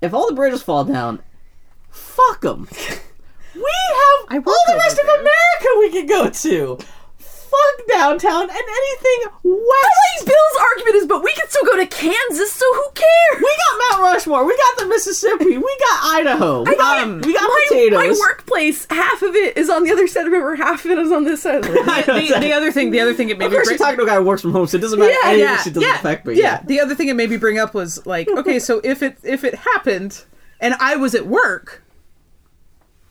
If all the bridges fall down, fuck them. We have I all work the over rest of there. America we could go to. Fuck downtown and anything Like, west. Bill's argument is, but we can still go to Kansas, so who cares? We got Mount Rushmore. We got the Mississippi. We got Idaho. We got, Um, we got my, potatoes. My workplace, half of it is on the other side of the river, half of it is on this side of the river. the, the other thing, the other thing it made Of me course, bring- you're talking to a guy who works from home, so it doesn't matter. yeah, any of yeah, this shit doesn't yeah, affect me. yeah. The other thing it made me bring up was like, okay, so if it if it happened and I was at work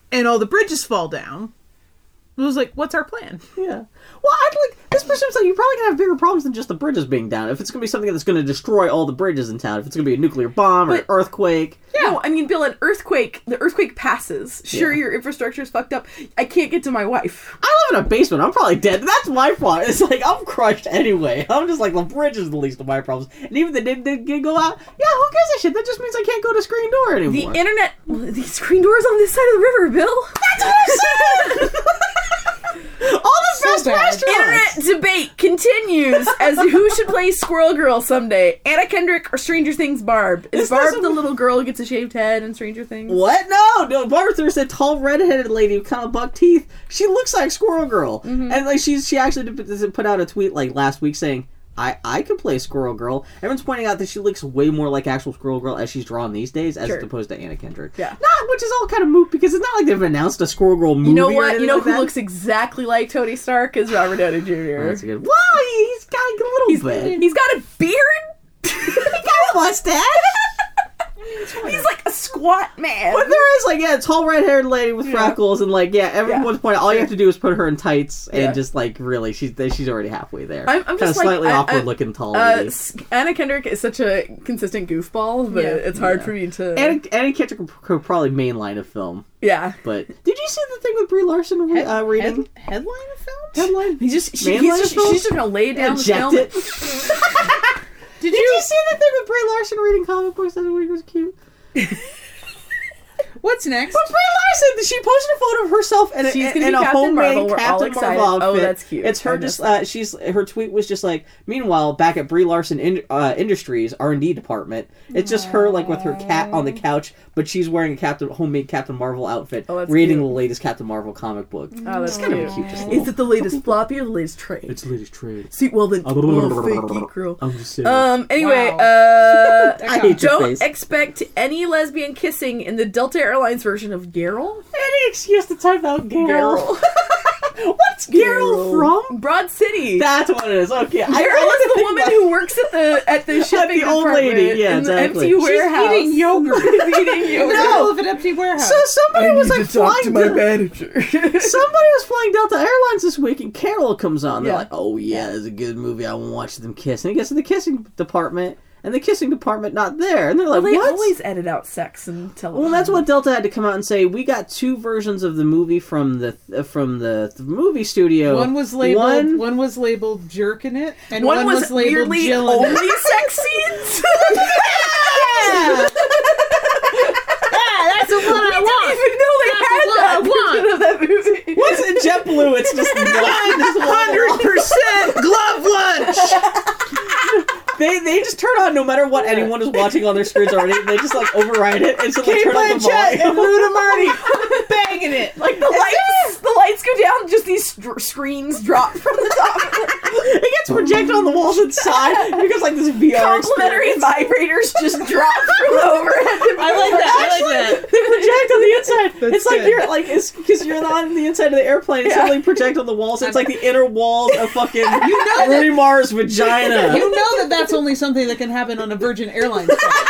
and all the bridges fall down, it was like, what's our plan? Yeah. Well, I'd like this person like you're probably gonna have bigger problems than just the bridges being down. If it's gonna be something that's gonna destroy all the bridges in town, if it's gonna be a nuclear bomb or an But- earthquake, No, I mean, Bill, an earthquake, the earthquake passes. Sure, Yeah. your infrastructure is fucked up. I can't get to my wife. I live in a basement. I'm probably dead. That's my fault. It's like I'm crushed anyway. I'm just like the bridge is the least of my problems. And even if they did did go out, yeah, who gives a shit? That just means I can't go to screen door The anymore. internet, well, the screen door's on this side of the river, Bill. That's what all the best bad. restaurants. Internet debate continues as to who should play Squirrel Girl someday, Anna Kendrick or Stranger Things Barb. Is This Barb doesn't- the little girl who gets a shaved head in Stranger Things? What? No, no. Barbara Streisand, tall redheaded lady with kind of buck teeth. She looks like Squirrel Girl, Mm-hmm. and like she's she actually did, did put out a tweet like last week saying. I, I can play Squirrel Girl. Everyone's pointing out that she looks way more like actual Squirrel Girl as she's drawn these days, as Sure. opposed to Anna Kendrick. Yeah. not which is all kind of moot because it's not like they've announced a Squirrel Girl movie. You know or what? You anything know like who that. looks exactly like Tony Stark is Robert Downey Oh, That's a Jr. good. Wow, he's got a little bit. He's got a beard. he got a mustache. He's like a squat man. But there is like yeah, tall red haired lady with freckles and like yeah, everyone's point. All you have to do is put her in tights and Yeah. just like really, she's she's already halfway there. I'm- I'm Kinda just, like, slightly I- I- awkward looking tall Uh, lady. S- Anna Kendrick is such a consistent goofball, but Yeah. it's hard for me to. Anna, Anna Kendrick could probably mainline a film, yeah, but did you see the thing with Brie Larson re- uh, reading Headline film? headline? he's just she, Man he's like just, this? she's just gonna lay down the Eject film. it. did, you... see the thing with Brie Larson reading comic books? That was cute. What's next? But Brie Larson, she posted a photo of herself in a, She's in gonna be a Captain homemade Marvel. We're all Captain excited. Marvel outfit. Oh, that's cute. It's I her missed just uh, she's her tweet was just like, meanwhile, back at Brie Larson in, uh, Industries R and D department, it's just her like with her cat on the couch, but she's wearing a Captain homemade Captain Marvel outfit, Oh, that's reading cute. the latest Captain Marvel comic book. Oh, that's kind cute. of cute. Just a Is little. it the latest floppy or the latest trade? It's the latest trade. See, well then, well, fake geek girl. I'm just saying. Um. Anyway, Wow. uh, I hate your don't face. expect any lesbian kissing in the Delta Airlines version of Geralt. Any excuse to type out Geralt. Geralt. What's Geralt from? Broad City. That's what it is. Okay, I, I Carol had to is the think woman about- who works at the at the shipping old department lady, yeah, in the exactly. empty She's warehouse. eating yogurt. eating In the yogurt. middle of an empty warehouse. So somebody was like flying Del- manager. Somebody was flying Delta Airlines this week, and Carol comes on. They're Yeah. like, "Oh yeah, it's a good movie. I want to watch them kiss." And he gets to the kissing department, and and the kissing department not there. And they're like, They what? always edit out sex and television. Well, that's what Delta had to come out and say. We got two versions of the movie from the uh, from the, the movie studio. One was labeled One, one, was labeled jerk in it, and One, one, was, labeled weirdly Jill in it. only sex scenes. That's the one I I didn't even know they had what I that version of that movie. What's in JetBlue? It's just hundred percent glove lunch. They, they just turn on no matter what anyone is watching on their screens already. They just like override it and so they turn on the volume. Luda Marty banging it. Like the lights, the lights go down. Just these str- screens drop from the top. It gets projected on the walls inside. It becomes like this VR Complimentary experience. vibrators just drop from the overhead. I like that. I like that. They project on the inside. That's it's like good. you're like it's because you're on the inside of the airplane. It's Yeah. only project on the wall, so it's like the inner walls of fucking you know that- Rooney Mara's vagina. You know that that's only something that can happen on a Virgin Airlines flight.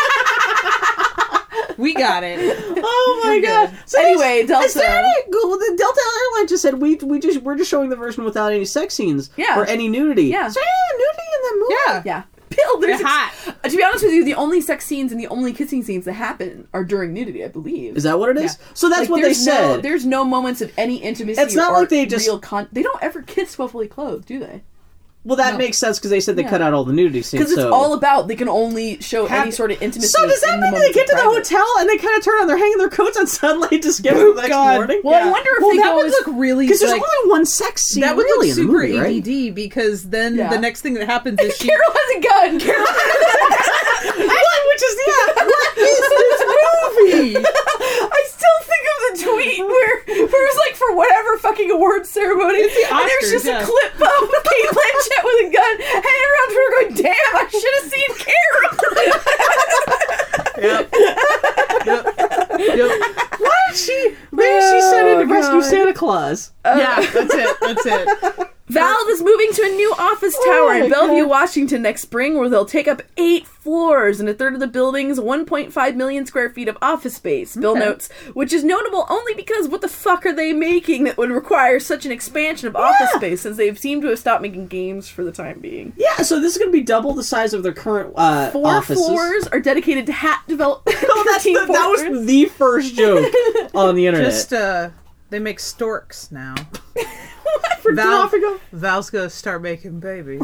We got it. oh my We're god! good. So Anyway, I Delta. said it. Well, the Delta Airline just said we we just we're just showing the version without any sex scenes Yeah. or any nudity. Yeah. so yeah, nudity in that movie. Yeah. Yeah. Pill, there's They're hot. to be honest with you, the only sex scenes and the only kissing scenes that happen are during nudity, I believe. Is that what it is? Yeah. So that's Like, what they there's No, said. there's no moments of any intimacy. It's not or like they just- real con- they don't ever kiss while fully clothed, do they? well, that makes sense because they said they Yeah. cut out all the nudity scenes. Because it's so. all about they can only show any sort of intimacy. so does that in the mean they moments get to of the private. hotel and they kind of turn on, they're hanging their coats on sunlight just get the next Oh, God. morning? Well, I Yeah. wonder if Well, they that go would as- look really Because there's like- only one sex scene That would really look in the super movie, right? ADD because then Yeah. the next thing that happens is she Carol has a gun. Carol. Which is yeah. what is I still think of the tweet where, where it was like for whatever fucking award ceremony, and there's Oscars, just a yeah. clip of Kate Blanchett with a gun hanging around her going, "Damn, I should have seen Carol." Yep. Yep. Yep. she? Maybe she Uh, sent in Oh, to rescue God. Santa Claus. Yeah, that's it. That's it. Valve is moving to a new office Oh tower in Bellevue, Washington next spring, where they'll take up eight floors and a third of the building's 1.5 million square feet of office space, Bill notes, which is notable only because what the fuck are they making that would require such an expansion of office space since they've seemed to have stopped making games for the time being? Yeah, so this is going to be double the size of their current uh, Four offices. floors are dedicated to hat development. Oh, that's the, that was the first joke on the internet. Just uh, they make storks now. for Val- Dofrigo. Val's gonna start making babies.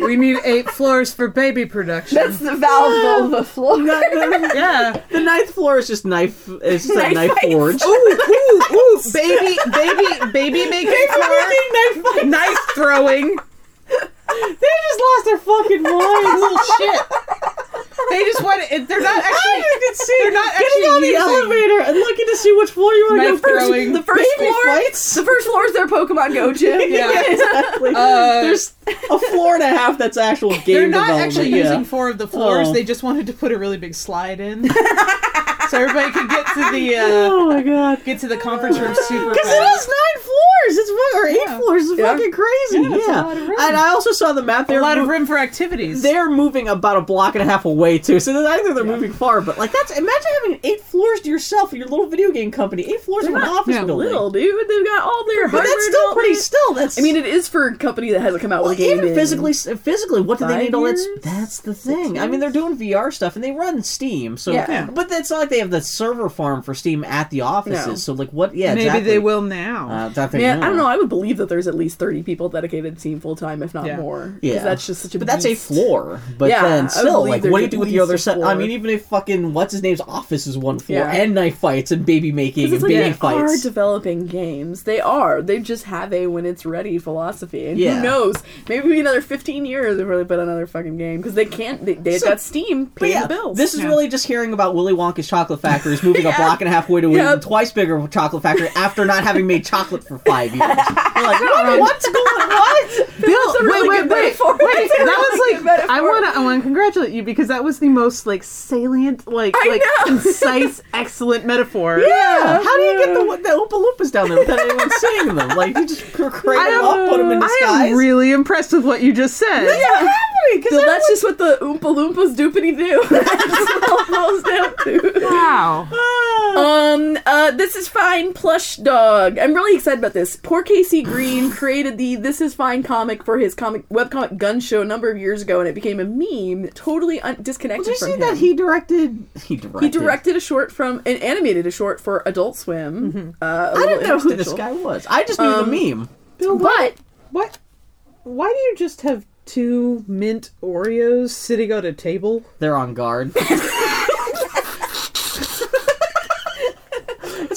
We need eight floors for baby production. That's the Valve Vulva floor. the, yeah. the ninth floor is just knife. It's just like Knife knife fight. forge. Ooh, ooh, ooh, baby, baby, baby making floor. knife fight. Knife throwing. They just lost their fucking minds. Little shit. They just want it. They're not I actually. can see They're not getting actually on the using- elevator and looking to see which floor you want to go Knife first. throwing. The first Baby floor, fights? the first floor is their Pokemon Go gym. Yeah. exactly. Uh, There's a floor and a half that's actual game They're not development. actually yeah. using four of the floors. Oh. They just wanted to put a really big slide in, so everybody could get to the uh, Oh my god. get to the conference room super Because it fast. is nine floors. It's fu- or eight Yeah. floors. It's Yeah. fucking crazy. Yeah, that's a lot of room. and I also saw the map. They're a lot of mo- room for activities. They're moving about a block and a half away too. So I think they're moving far. But like that's imagine having eight floors to yourself in your little video game company. Eight floors in an office yeah, building. Little dude, they've got all their But that's still pretty. Still, that's I mean, it is for a company that hasn't come out with a game. even in- physically, physically, what do they five need all that? years? That's the thing. I mean, they're doing VR stuff and they run Steam, so Yeah. Yeah. but it's not like they have the server farm for Steam at the offices. No. So like, what? Yeah, Maybe exactly. they will now. Uh, that thing, Man, no. I don't know. I would believe that there's at least 30 people dedicated to Team full time, if not Yeah. more. 'Cause Yeah. that's just such a. But that's a beast. floor. But Yeah, I then would still, believe like, there's what do you at do with the least other a set? I floor. mean, even if fucking what's his name's office is one floor, Yeah. and knife fights and baby 'Cause making It's and like baby they are fights. developing games. They are. They just have a when it's ready philosophy. And Yeah. who knows? Maybe it'll be another 15 years before they put another fucking game because they can't. They, they've So- got Steam But paying yeah, the bills. this is Yeah. really just hearing about Willy Wonka's chocolate factory is moving a block and a half way to an Yeah. even twice bigger chocolate factory after not having made chocolate for five years. You're like, what, what's going on? What? Bill, a really good metaphor. wait. That's a That really was good like I metaphor. want to I want to congratulate you because that was the most like salient, like I like know. concise, excellent metaphor. Yeah, how do you get the the Oompa Loompas down there without anyone seeing them? Like you just cr- I cradle am, them up, put them in I am disguise. really impressed with what you just said. Yeah. doing? Because So that's just what the Oompa Loompas doopity do. That's what it boils down to. wow. Ah. Um, uh, this is fine plush dog. I'm really excited about this. Poor Casey Green created the This Is Fine comic for his comic webcomic Gun Show a number of years ago, and it became a meme, totally un- disconnected Did you from see him. that he directed? He directed. He directed a short from and animated a short for Adult Swim. Uh, Mm-hmm. I didn't know who this guy was. I just knew the meme. Bill, what? But What? Why do you just have two mint Oreos sitting on a table? They're on guard. it's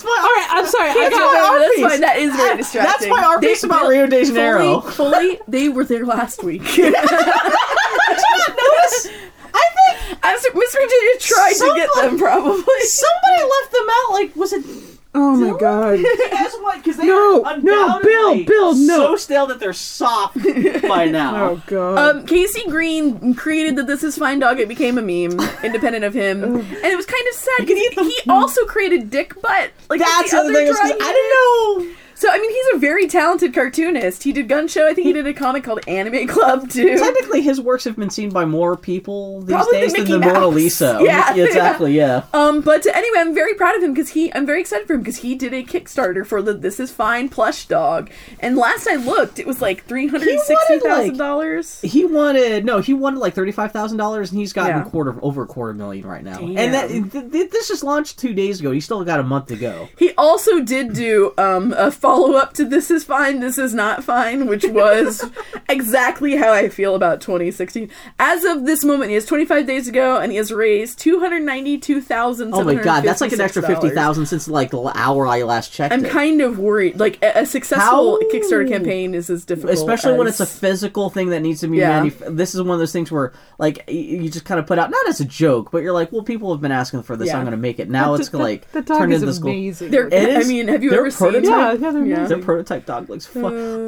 my all right. I'm sorry. that's, got why- our that's piece. why that is very That's distracting. why our They- piece about they- Rio de Janeiro. Fully, fully, they were there last week. notice. I think As Miss Virginia tried Someone- to get them, probably. somebody left them out. Like, was it? Oh my god. Guess what? Because they No, are no, Bill, undoubtedly Bill, no. so stale that they're soft by now. Oh god. Um, Casey Green created the This Is Fine Dog. It became a meme, independent of him, and it was kind of sad because he, he also created Dick Butt. Like That's the the other thing. is 'cause dry I unit. didn't know. So I mean, he's a very talented cartoonist. He did Gun Show. I think he did a comic called Anime Club too. Technically, his works have been seen by more people these Probably the days than Mickey the Mona Mouse. Lisa. Yeah. exactly. Yeah. Um, but anyway, I'm very proud of him because he, I'm very excited for him because he did a Kickstarter for the This Is Fine plush dog, and last I looked, it was like three hundred sixty thousand dollars. He wanted no. He wanted like thirty five thousand dollars, and he's gotten Yeah. quarter over a quarter million right now. Damn. And that th- th- this just launched two days ago. He still got a month to go. He also did do um, a follow up to This Is Fine, This Is Not Fine, which was exactly how I feel about 2016. As of this moment, he is 25 days ago, and he has raised 292,000. Oh my god, that's like an extra fifty thousand since like the hour I last checked. I'm it. kind of worried. Like a, a successful How? Kickstarter campaign is as difficult, especially when as- it's a physical thing that needs to be Yeah. manuf- this is one of those things where like y- you just kind of put out not as a joke but you're like well people have been asking for this Yeah. i'm gonna make it now it's the, gonna like the dog turn is into this cool amazing. They're, It is- I mean, have you they're ever seen? prototype- yeah, it? yeah, they're Yeah. amazing. their prototype dog looks fun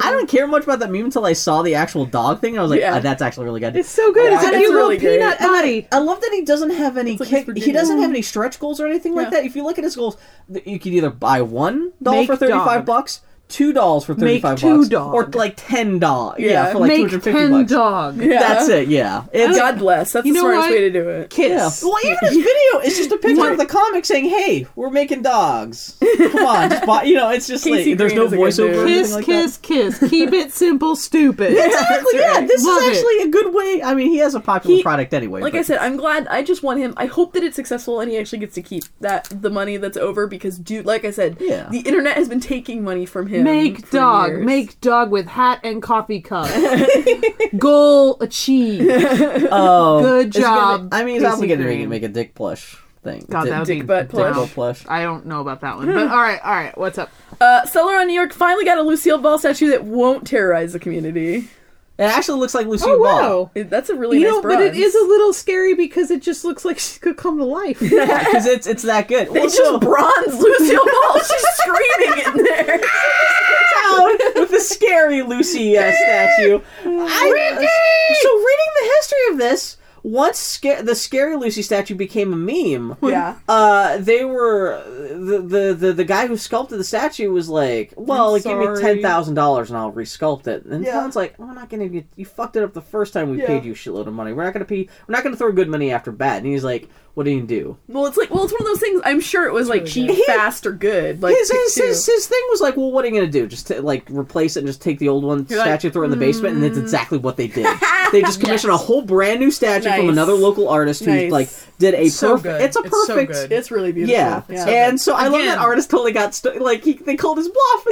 Uh. i don't care much about that meme until i saw the actual dog thing and i was like Yeah. "Ah, that's actually really good It's so good. it's Yeah, a it's cute really little good. peanut E And I- body. I, love that he doesn't have any like kick. Miss He doesn't Virginia. have any stretch goals or anything like Yeah. that. If you look at his goals, th- you could either buy one doll Make for thirty-five dog. bucks, two dolls for Make thirty-five two bucks, dog. or like ten doll. Yeah, Yeah. for like two Make hundred fifty ten bucks. dog. Yeah. That's it. Yeah, it's God bless. That's You the know smartest what? way to do it. yeah. Kiss. Well, even his video is just a picture of the comic saying, "Hey, we're making dogs. Come on, just buy." You know, it's just Casey like there's Green no is a good dude. voiceover. or Kiss, anything like that. kiss, kiss. Keep it simple, stupid. Exactly. Yeah, this Love is it. actually a good way. I mean, he has a popular He- product anyway. Like but- I said, I'm glad. I just want him. I hope that it's successful and he actually gets to keep that the money that's over because, dude, like I said, Yeah. the internet has been taking money from him. Make for dog. years. Make dog with hat and coffee cup. Goal achieved. Oh, Good it's gonna- job, I mean, he's Casey obligated to make, Green. make a dick plush thing. God, Dick- that would Dick be butt dumb. plush. plush. I don't know about that one, but all right, all right. What's up? Uh, Seller on New York finally got a Lucille Ball statue that won't terrorize the community. it actually looks like Lucille Oh, Ball It- that's a really You nice know, but it bronze. is a little scary because it just looks like she could come to life. because it's it's that good. They Well, so- just bronze Lucille Ball. She's screaming in there. town with the scary Lucy uh, statue. I, uh, so reading the history of this, once sca- the scary Lucy statue became a meme, Yeah. uh, they were the, the the the guy who sculpted the statue was like, "Well, give me sorry." ten thousand dollars and I'll resculpt it." And Town's like, "We're not gonna get you fucked it up the first time we paid you a shitload of money. We're not gonna pay. We're not gonna throw good money after bad." And he's like, "What do you do?" Well, it's like well, it's one of those things. I'm sure it was like cheap, fast, or good. Like his, pick his, two. his, his thing was like, well, what are you gonna do? Just to, like replace it and just take the old one statue, throw it in the basement, and that's exactly what they did. they just commissioned a whole brand new statue from Nice. another local artist who Nice. like did a So perfect. good. It's a It's so perfect. good. it's really beautiful. Yeah, and so I love Again. that artist totally got st- like he, they called his bluff. It's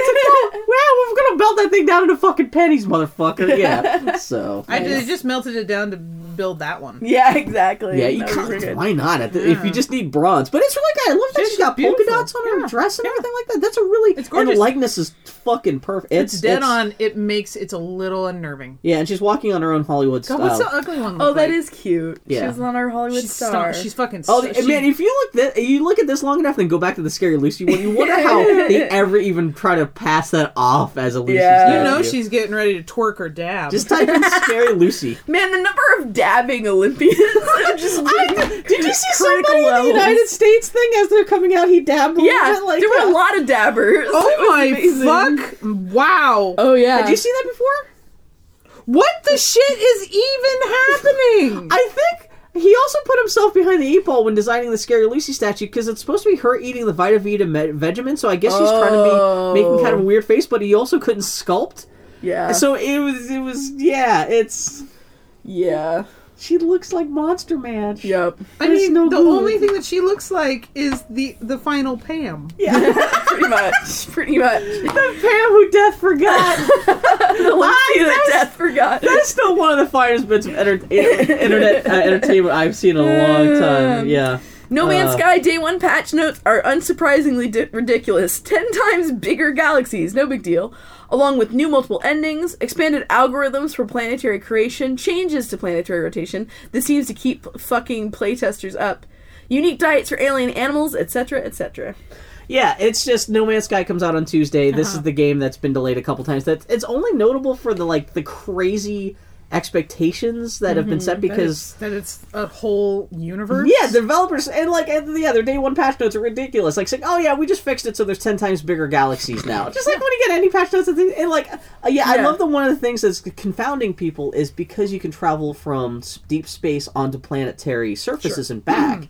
like, well, well, we're gonna melt that thing down into fucking pennies, motherfucker. Yeah, so I ju- they just melted it down to build that one. Yeah, exactly. yeah, you That was really can't, good. why not? At the, If you just need bronze, but it's really good. I love that It's she's got polka beautiful. dots on her dress and everything like that. That's a really It's And gorgeous. the likeness is fucking perfect. It's, It's, dead it's- on. It makes it's a little unnerving. Yeah, and she's walking on her own Hollywood God, style. what's uh, the ugly one? Oh, look that like? is cute. Yeah. She was on our Hollywood She's star. stonk. She's fucking. Oh st- she- man! If you look that, you look at this long enough, then go back to the scary Lucy one. You wonder how they ever even try to pass that off as a Lucy. Yeah. you statue. know she's getting ready to twerk or dab. just type in scary Lucy. Man, the number of dabbing Olympians. I'm just Did you see Critical somebody in the levels. United States thing as they're coming out? He dabbed a little yeah, bit like uh, there were that. a lot of dabbers. oh It was my amazing. fuck! Wow. Oh yeah. Did you see that before? What the shit is even happening? I think he also put himself behind the eight ball when designing the Scary Lucy statue because it's supposed to be her eating the Vita Vita me- Vegemin, so I guess she's trying to be making kind of a weird face, but he also couldn't sculpt. Yeah. So it was, it was, yeah, it's. yeah. She looks like Monster Man. Yep. I There's mean, no the room. only thing that she looks like is the the final Pam. pretty much. Pretty much. The Pam who death forgot. the Lucy that death forgot. That's still one of the finest bits of enter- internet uh, entertainment I've seen in a long time. Yeah. No Man's Uh. Sky Day 1 patch notes are unsurprisingly di- ridiculous. 10 times bigger galaxies, no big deal. Along with new multiple endings, expanded algorithms for planetary creation, changes to planetary rotation. This seems to keep fucking playtesters up. Unique diets for alien animals, etc., etc. Yeah, it's just No Man's Sky comes out on Tuesday. This is the game that's been delayed a couple times. That's it's only notable for the like the crazy expectations that have been set because that it's a whole universe. yeah, developers and like and, yeah, their day one patch notes are ridiculous. Like saying, "Oh yeah, we just fixed it so there's ten times bigger galaxies now." Just like when you get any patch notes, and, things- and like uh, yeah, I Yeah. love that one of the things that's confounding people is because you can travel from s- deep space onto planetary surfaces and back.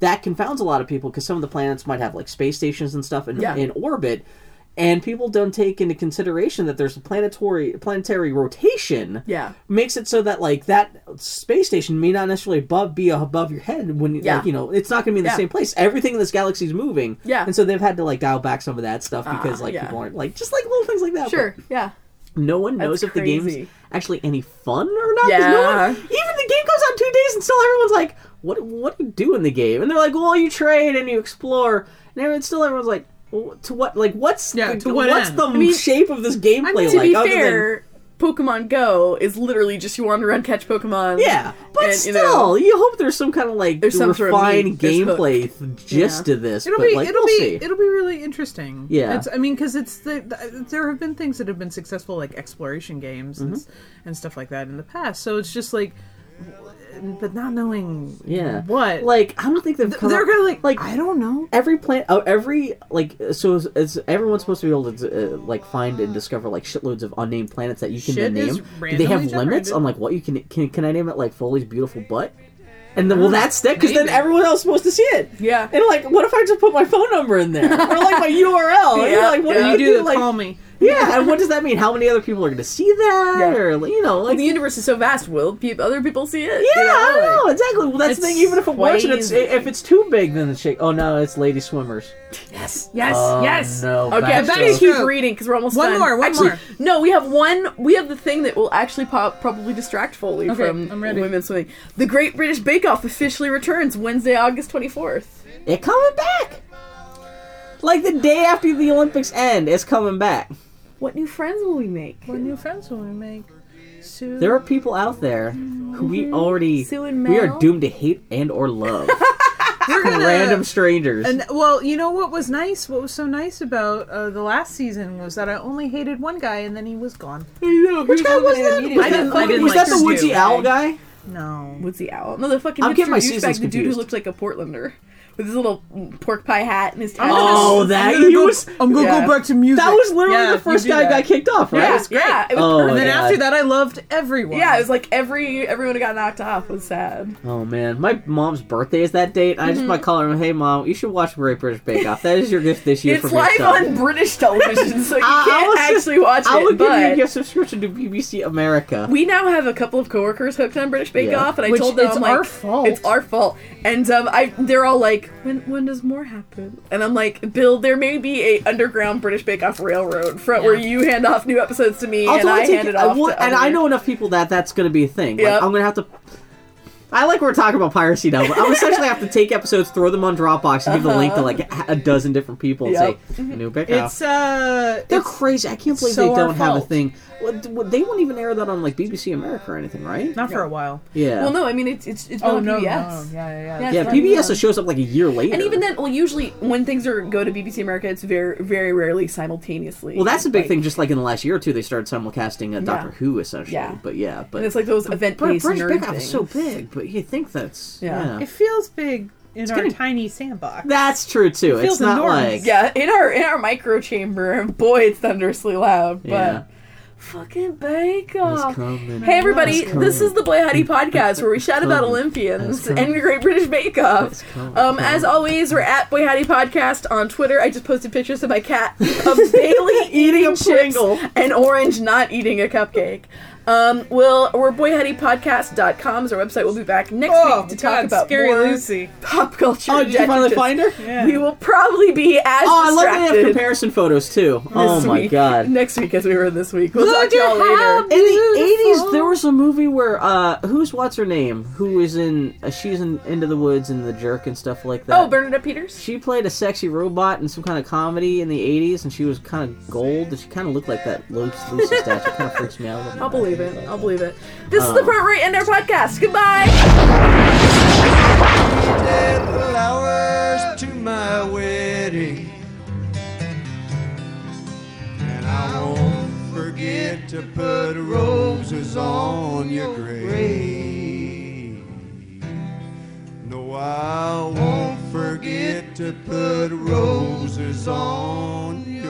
That confounds a lot of people because some of the planets might have like space stations and stuff in, Yeah. in orbit, and people don't take into consideration that there's a planetary planetary rotation Yeah. makes it so that like that space station may not necessarily above be above your head when you Yeah. like you know it's not going to be in the Yeah. same place. Everything in this galaxy is moving. Yeah. and so they've had to like dial back some of that stuff because Ah, like yeah. people aren't like just like little things like that. Sure, yeah. but no one knows That's if the crazy. game's actually any fun or not. 'cause no Yeah. one, even the game goes on two days and still everyone's like, what what do you do in the game? And they're like, well, you trade and you explore, and everyone, still everyone's like. "Well, To what like what's Yeah, the, to what what's end?" the mean- shape of this gameplay I mean, to like? be other than- fair, Pokemon Go is literally just you wander around, catch Pokemon. Yeah, but and, you still, you, know- hope there's some kind of like There's some sort of refined meat. There's hook. gameplay th- gist to this. It'll but be like, it'll we'll be see. it'll be really interesting. Yeah. it's, I mean, because it's the, the there have been things that have been successful like exploration games and, Mm-hmm. s- and stuff like that in the past. So it's just like, but not knowing yeah, what Like, I don't think they've come they're up- gonna like, like I don't know. every plant, oh, every like. So is, is everyone's supposed to be able to uh, like find and discover like shitloads of unnamed planets that you can Shit then is name? Do they have randomly limits generated. on like what you can can? Can I name it like Foley's beautiful butt? And then Uh, will that stick? Because then everyone else is supposed to see it. Yeah. And like, what if I just put my phone number in there or like my URL? And you're Yeah, like, what yeah. do You you do the Like, call me. Yeah, and what does that mean? How many other people are going to see that? Yeah. Or, like, you know, like. The universe is so vast, will pe- other people see it? yeah, You know, I like- don't know. Exactly. Well, that's the thing. It's Even if it works, and it's, crazy. if it's too big, then it's shake. Oh, no, it's Lady Swimmers. Yes, Oh, yes. No, Okay, I'm Bastos. just Backstroke. gonna keep reading because we're almost One done. more, one actually, more. No, we have one. We have the thing that will actually pop, probably distract Foley Okay, from I'm ready. women's swimming. The Great British Bake Off officially returns Wednesday, August 24th. It coming back. Like the day after the Olympics end, it's coming back. What new friends will we make? What new friends will we make? Sue. There are people out there who we already Sue and we are Mel. doomed to hate and or love We're gonna- random strangers. And well, you know what was nice? What was so nice about uh, the last season was that I only hated one guy, and then he was gone. Which guy was that? immediately. Was I that- didn't- I didn't was like that the Stu. woodsy owl guy? No, What's the owl? No, the fucking I'm getting hipster my douchebag, seasons the dude who confused. looked like a Portlander with his little mm, pork pie hat and his tassels. Oh, that he was. I'm gonna Yeah. go back to music. That was literally Yeah, the first you do guy that. got kicked off, right? yeah, was great. yeah, it was Oh, perfect. And then yeah. after that, I loved everyone. Yeah, it was like every everyone who got knocked off was sad. Oh man, my mom's birthday is that date. Mm-hmm. I just might call her. and, Hey mom, you should watch Great British Bake Off. That is your gift this year It's from live yourself. on British television, so you I- I was can't just- actually watch I will it. But give you a gift subscription to BBC America. we now have a couple of coworkers hooked on British Bake Yeah. Off, and I Which told them it's I'm like, our fault. It's our fault, and um, I they're all like, when when does more happen? And I'm like, Bill, there may be a underground British Bake Off railroad front where you hand off new episodes to me, and I totally hand it off. will- to and other- I know enough people that that's going to be a thing. Like, Yep. I'm going to have to. I like we're talking about piracy now, but I'm essentially have to take episodes, throw them on Dropbox, and give the link to like a- a dozen different people and Uh-huh. Yep. Mm-hmm. say new bake off. It's uh, They're it's crazy. I can't believe so they our don't have a fault. thing. Well, d- well, They won't even air that on like BBC America or anything, right? not for a while. Yeah. Well, no, I mean it's it's it's been Oh on no, no, yeah, PBS. yeah, yeah. Yeah. yeah, it's PBS on- shows up like a year later. And even then, well, usually when things are go to BBC America, it's very, very rarely simultaneously. Well, that's a big Like, thing. Just like in the last year or two, they started simulcasting uh, Doctor Who essentially. Yeah. But yeah, but And it's like those but event-based British nerd Bake Off things. is so big, but you think that's Yeah. yeah. It feels big in our gonna- tiny sandbox. That's true too. feels It's not enormous. like Yeah, in our in our micro chamber, boy, it's thunderously loud. But Yeah. Fucking bake It's off. coming. Oh. Hey everybody, It's this is the Boy Hottie podcast where we shout about coming. Olympians It's coming. and the Great British Bake Off. It's coming. Um, as always, we're at Boy Hottie Podcast on Twitter. I just posted pictures of my cat of Bailey eating chips and Orange not eating a cupcake. Um, we'll, we're boyhottiepodcast.com is our website. We'll be back next Oh, week to God, talk about Scary more Lucy. pop culture. Oh, did you finally adjectives. find her? Yeah. We will probably be as Oh, I love that they have distracted comparison photos too. Oh this my week- god. next week as we were this week. We'll Look talk to y'all at how later. In the Beautiful. eighties, there was a movie where uh, who's what's her name? Who is in? Uh, she's in Into the Woods and The Jerk and stuff like that. Oh, Bernadette Peters. she played a sexy robot in some kind of comedy in the eighties, and she was kind of gold. and She kind of looked like that Lucy statue. Kind of freaks me out. a little I'll bit. believe it. I'll believe it. This Oh. is the part where we end our podcast. Goodbye. added flowers to my wedding. And I won't forget to put roses on your grave. No, I won't forget to put roses on your